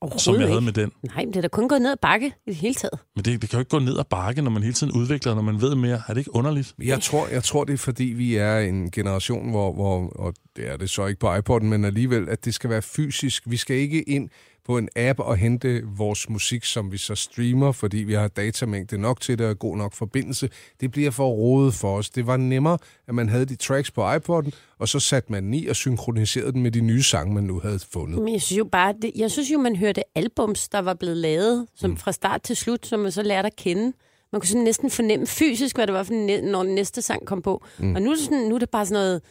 som jeg Overhovedet havde ikke. med den. Nej, men det er da kun gået ned ad bakke i det hele taget. Men det, det kan jo ikke gå ned ad bakke, når man hele tiden udvikler, når man ved mere. Er det ikke underligt? Jeg tror, jeg tror, det er fordi, vi er en generation, hvor, hvor og det er det så ikke på iPod'en, men alligevel, at det skal være fysisk. Vi skal ikke ind på en app og hente vores musik, som vi så streamer, fordi vi har datamængde nok til det og god nok forbindelse. Det bliver for rodet for os. Det var nemmere, at man havde de tracks på iPod'en, og så satte man den i og synkroniserede den med de nye sange, man nu havde fundet. Men jeg synes jo bare, det, jeg synes jo, man hørte albums, der var blevet lavet som mm. fra start til slut, som man så lærte at kende. Man kunne sådan næsten fornemme fysisk, hvad det var, for en næ- når den næste sang kom på. Mm. Mm. Og nu er, det sådan, nu er det bare sådan noget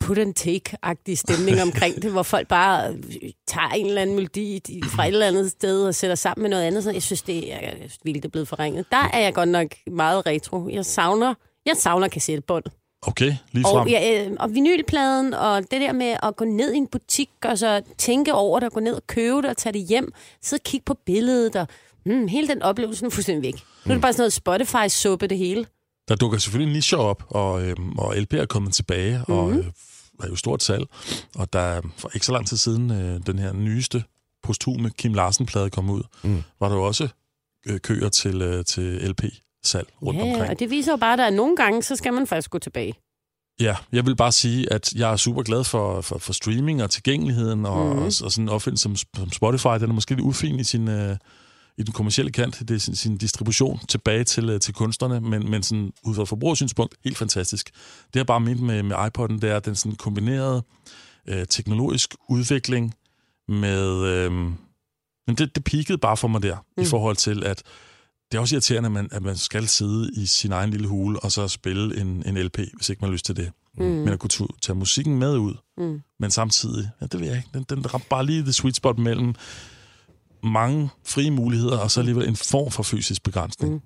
put and take-agtig stemning omkring det, hvor folk bare øh, tager en eller anden melodi de- fra et eller andet sted og sætter sammen med noget andet. Så jeg synes, det er jeg synes, vildt, det er blevet forringet. Der er jeg godt nok meget retro. Jeg savner, jeg savner kassettebånd. Okay, lige frem. Og, ja, øh, og vinylpladen, og det der med at gå ned i en butik, og så tænke over det, og gå ned og købe det, og tage det hjem, sidde og kigge på billedet, og mm, hele den oplevelse nu er fuldstændig væk. Nu Hmm. er det bare sådan noget Spotify-suppe, det hele. Der dukker selvfølgelig nischer op, og, øhm, og LP er kommet tilbage, mm-hmm. Mhm. og øh, er jo stort salg. Og der er for ikke så lang tid siden, øh, den her nyeste posthume Kim Larsen-plade kom ud, mm. var der jo også øh, køer til, øh, til LP-salg rundt ja, omkring. og det viser jo bare, at der er nogle gange, så skal man faktisk gå tilbage. Ja, jeg vil bare sige, at jeg er super glad for, for, for streaming og tilgængeligheden, og, Mhm. mm. og, og sådan en opfindelse som, som Spotify, den er måske lidt ufin i sin... Øh, i den kommercielle kant, det er sin, sin distribution tilbage til, øh, til kunstnerne, men, men sådan, ud fra et forbrugersynspunkt, helt fantastisk. Det jeg bare mente med, med iPod'en, det er den sådan kombinerede øh, teknologisk udvikling med... Øh, men det, det peakede bare for mig der, mm. i forhold til, at det er også irriterende, at man, at man skal sidde i sin egen lille hule og så spille en, en LP, hvis ikke man har lyst til det. Mm. Men at kunne tu- tage musikken med ud, Mm. men samtidig, ja, det ved jeg ikke, den, den ramte bare lige the sweet spot mellem mange frie muligheder, og så alligevel en form for fysisk begrænsning. Mm.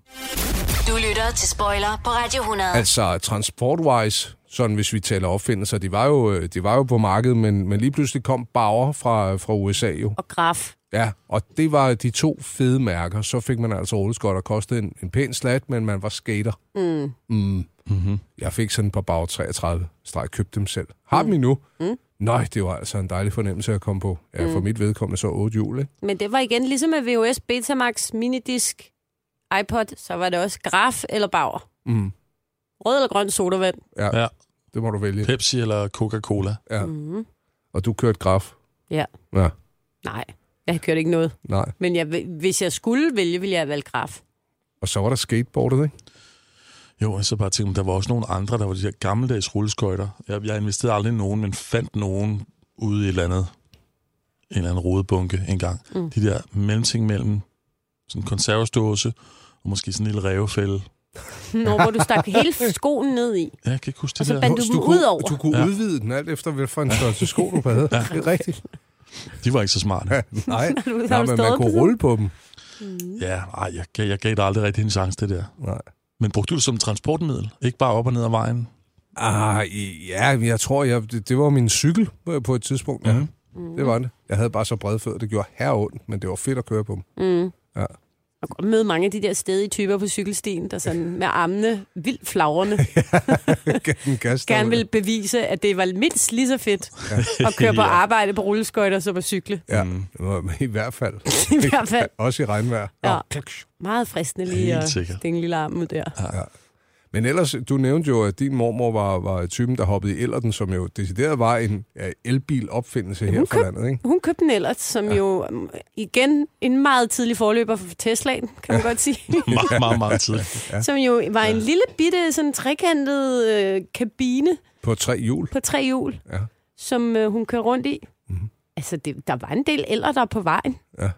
Du lytter til Spoiler på Radio 100. Altså transportwise, sådan hvis vi taler opfindelser, de var jo, øh, de var jo på markedet, men, men lige pludselig kom Bauer fra, fra USA jo. Og Graf. Ja, og det var de to fede mærker. Så fik man altså rulleskot og kostede en, en pæn slat, men man var skater. Mm. Mm. Mm-hmm. Jeg fik sådan et par Bauer 33 streg, købte dem selv. Har dem endnu? Mm. Nej, det var altså en dejlig fornemmelse at komme på. Ja, for Mm. mit vedkommende så otte hjul, ikke? Men det var igen ligesom med VHS, Betamax, Minidisk, iPod, så var det også Graf eller Bauer. Mm. Rød eller grøn sodavand. Ja, ja, det må du vælge. Pepsi eller Coca-Cola. Ja, Mm. og du kørte graf. Ja, Ja, nej. Jeg kørte ikke noget. nej. Men jeg, hvis jeg skulle vælge, ville jeg have valgt Graf. Og så var der skateboardet, ikke? Jo, og så bare tænkte, der var også nogle andre, der var de her gammeldags rulleskøjter. Jeg, jeg investerede aldrig i nogen, men fandt nogen ude i et eller andet, en eller anden rodebunke engang. Mm. Mm. De der mellemting mellem sådan en konservesdåse og måske sådan en lille rævefælde. Nå, hvor du stak hele skoen ned i. Ja, jeg kan ikke huske det Og så der. bandt du dem ud over. Du kunne ja. udvide den alt efter, hvad for en størrelse sko du havde. ja. Det er rigtigt. De var ikke så smarte. Mm. Ja, nej, Har du- har nej du men man stået på kunne sådan- rulle på dem. Ja, nej, jeg, gav- jeg gav det aldrig rigtig en chance, det der. Nej. Men brugte du det som transportmiddel? Ikke bare op og ned ad vejen? Ah, i- ja, men jeg tror, jeg, det, det var min cykel øh, på et tidspunkt. Ja. Mm. Det var det. Jeg havde bare så brede fødder, det gjorde herre ondt, men det var fedt at køre på dem. Mm. Ja. Og godt møde mange af de der stedige typer på cykelstien, der sådan med armene vildt flagrende Den gas, der gerne ud. ville bevise, at det var mindst lige så fedt at køre på Ja. arbejde på rulleskøjter som at cykle. Ja, Mm, det var, i hvert fald. I hvert fald. Også i regnvejr. Ja. Nå. Meget fristende Helt lige at sikkert. stikke en lille arm ud der. Ja. Men ellers, du nævnte jo, at din mormor var, var typen, der hoppede i Ellerten, som jo decideret var en ja, elbil-opfindelse her for landet, ikke? Hun købte den ellers, som ja. jo mm, igen en meget tidlig forløber for Teslaen, kan man godt sige. meget, meget, meget tidligt. Som jo var en lille bitte sådan trekantet øh, kabine På tre hjul. på tre hjul, Ja. som øh, hun kører rundt i. Mm-hmm. Altså, det, der var en del ældre, der er på vejen. Ja.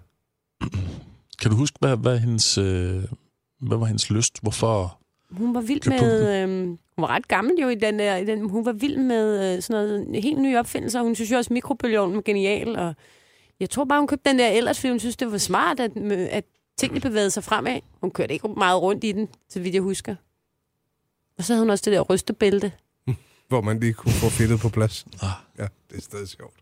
Kan du huske, hvad, hvad, hendes, øh, hvad var hendes lyst? Hvorfor? Hun var vild Købte hun med... Øh, hun var ret gammel jo i den der... I den, hun var vild med øh, sådan noget helt nye opfindelser. Hun synes jo også, at mikrobølgeovnen var genial. Og jeg tror bare, hun købte den der ellers, fordi hun synes, det var smart, at, øh, at tingene bevægede sig fremad. Hun kørte ikke meget rundt i den, så vidt jeg husker. Og så havde hun også det der rystebælte. Hvor man lige kunne få fedtet på plads. Ah. Ja, det er stadig sjovt.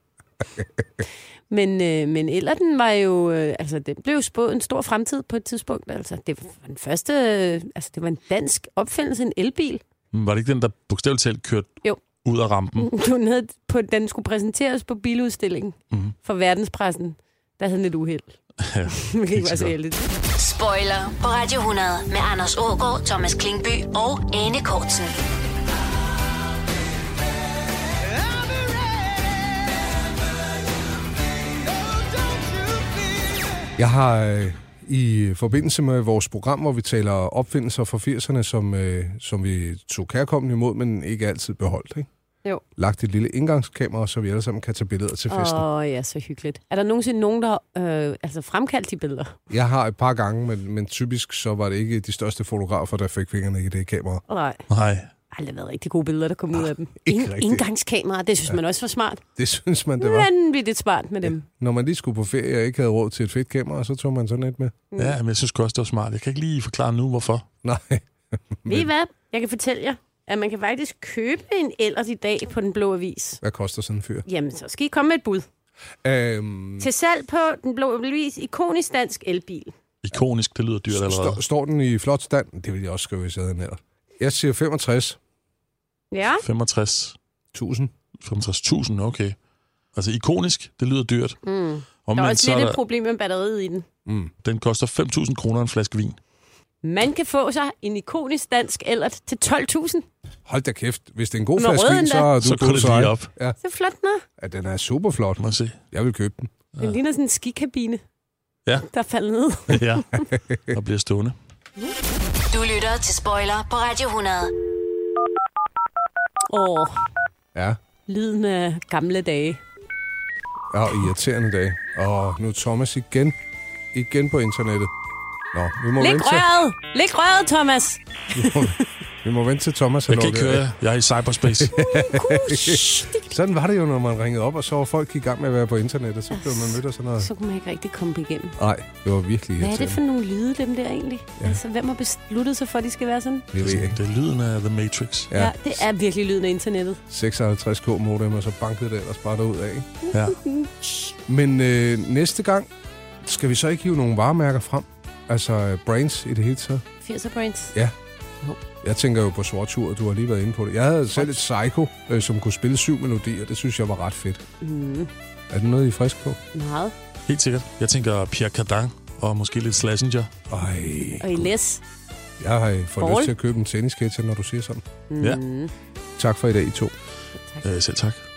Men, øh, men Ellerden var jo, øh, altså den blev jo spået en stor fremtid på et tidspunkt. Altså det var den første, øh, altså det var en dansk opfindelse, en elbil. Mm, Var det ikke den, der bogstaveligt talt kørte Jo. Mm. ud af rampen? Den, havde, på, den skulle præsenteres på biludstillingen Mhm. mm. for verdenspressen. Der havde den lidt uheld. Ja, Det ikke var så så godt. heldigt. Spoiler på Radio 100 med Anders Ågaard, Thomas Klingby og Anne Kortsen. Jeg har øh, i forbindelse med vores program, hvor vi taler opfindelser fra 80'erne, som, øh, som vi tog kærkommende imod, men ikke altid beholdt, ikke? Jo. lagt et lille indgangskamera, så vi alle sammen kan tage billeder til festen. Åh ja, så hyggeligt. Er der nogensinde nogen, der øh, altså fremkaldt de billeder? Jeg har et par gange, men, men typisk så var det ikke de største fotografer, der fik fingrene i det kamera. Nej. Nej. Aldrig været rigtig gode billeder, der kom ud af dem. ikke Ind- rigtigt. Indgangskamera, det synes Ja. man også var smart. Det synes man, det var. Vanvittigt smart med dem. Når man lige skulle på ferie og ikke havde råd til et fedt kamera, så tog man sådan et med. Mm. Ja, men jeg synes også, det var smart. Jeg kan ikke lige forklare nu, hvorfor. Nej. Ved I hvad? Jeg kan fortælle jer, at man kan faktisk købe en ellers i dag på Den Blå Avis. Hvad koster sådan en fyr? Jamen, så skal I komme med et bud. Øhm, Til salg på Den Blå Avis, ikonisk dansk elbil. Ikonisk, det lyder dyrt allerede. står, står den i flot stand? Det vil jeg også skrive, hvis jeg havde en alder. Jeg siger 65. Ja, 65. 1000. 65.000, okay. Altså ikonisk, det lyder dyrt. mm. der Omvendt, er så også er lidt der- et problem med batteriet i den. Mm. Den koster 5.000 kroner en flaske vin. Man kan få sig en ikonisk dansk eller til 12.000. Hold da kæft. Hvis det er en god Den er flaske rød vin, endda. så er du Så går god det sej. lige op. Ja. Så flot, nå. ja, den er super flot. Må jeg se. Jeg vil købe den. Den Ja. ligner sådan en skikabine, Ja, der falder ned. ja. Og bliver stående. Du lytter til Spoiler på Radio 100. Åh, Ja. lyden af gamle dage. Ja, og irriterende dag. Og nu er Thomas igen. Igen på internettet. Nå, vi må, Læg vente til, røret! Læg røret, Thomas! vi må vente til Thomas har Jeg kan ikke lukket af. høre jer. Jeg er i cyberspace. Kush. Sådan var det jo, når man ringede op, og så var folk i gang med at være på internettet. Så blev man mødt af sådan noget. Så kunne man ikke rigtig komme igennem. Nej, det var virkelig Hvad er irriterende. det for nogle lyde, dem der egentlig? Ja. Altså, hvem har besluttet sig for, at de skal være sådan? Jeg ved ikke. Det er lyden af The Matrix. Ja. Ja. ja det er virkelig lyden af internettet. 56k modem, og så bankede det ellers bare derud af. ikke? Ja. Men øh, næste gang skal vi så ikke hive nogle varemærker frem? Altså øh, brands i det hele taget. 80'er brains. Jeg tænker jo på Sortur, du har lige været inde på det. Jeg havde selv et Psycho, øh, som kunne spille syv melodier. Det synes jeg var ret fedt. Mm, Er det noget, I er frisk på? meget. Helt sikkert. Jeg tænker Pierre Cardin og måske lidt Slassenger. Ej, Og Elias. jeg har øh, fået Ball. lyst til at købe en tennisketcher, når du siger sådan. Mm. Ja. Tak for i dag, I to. Øh, selv tak.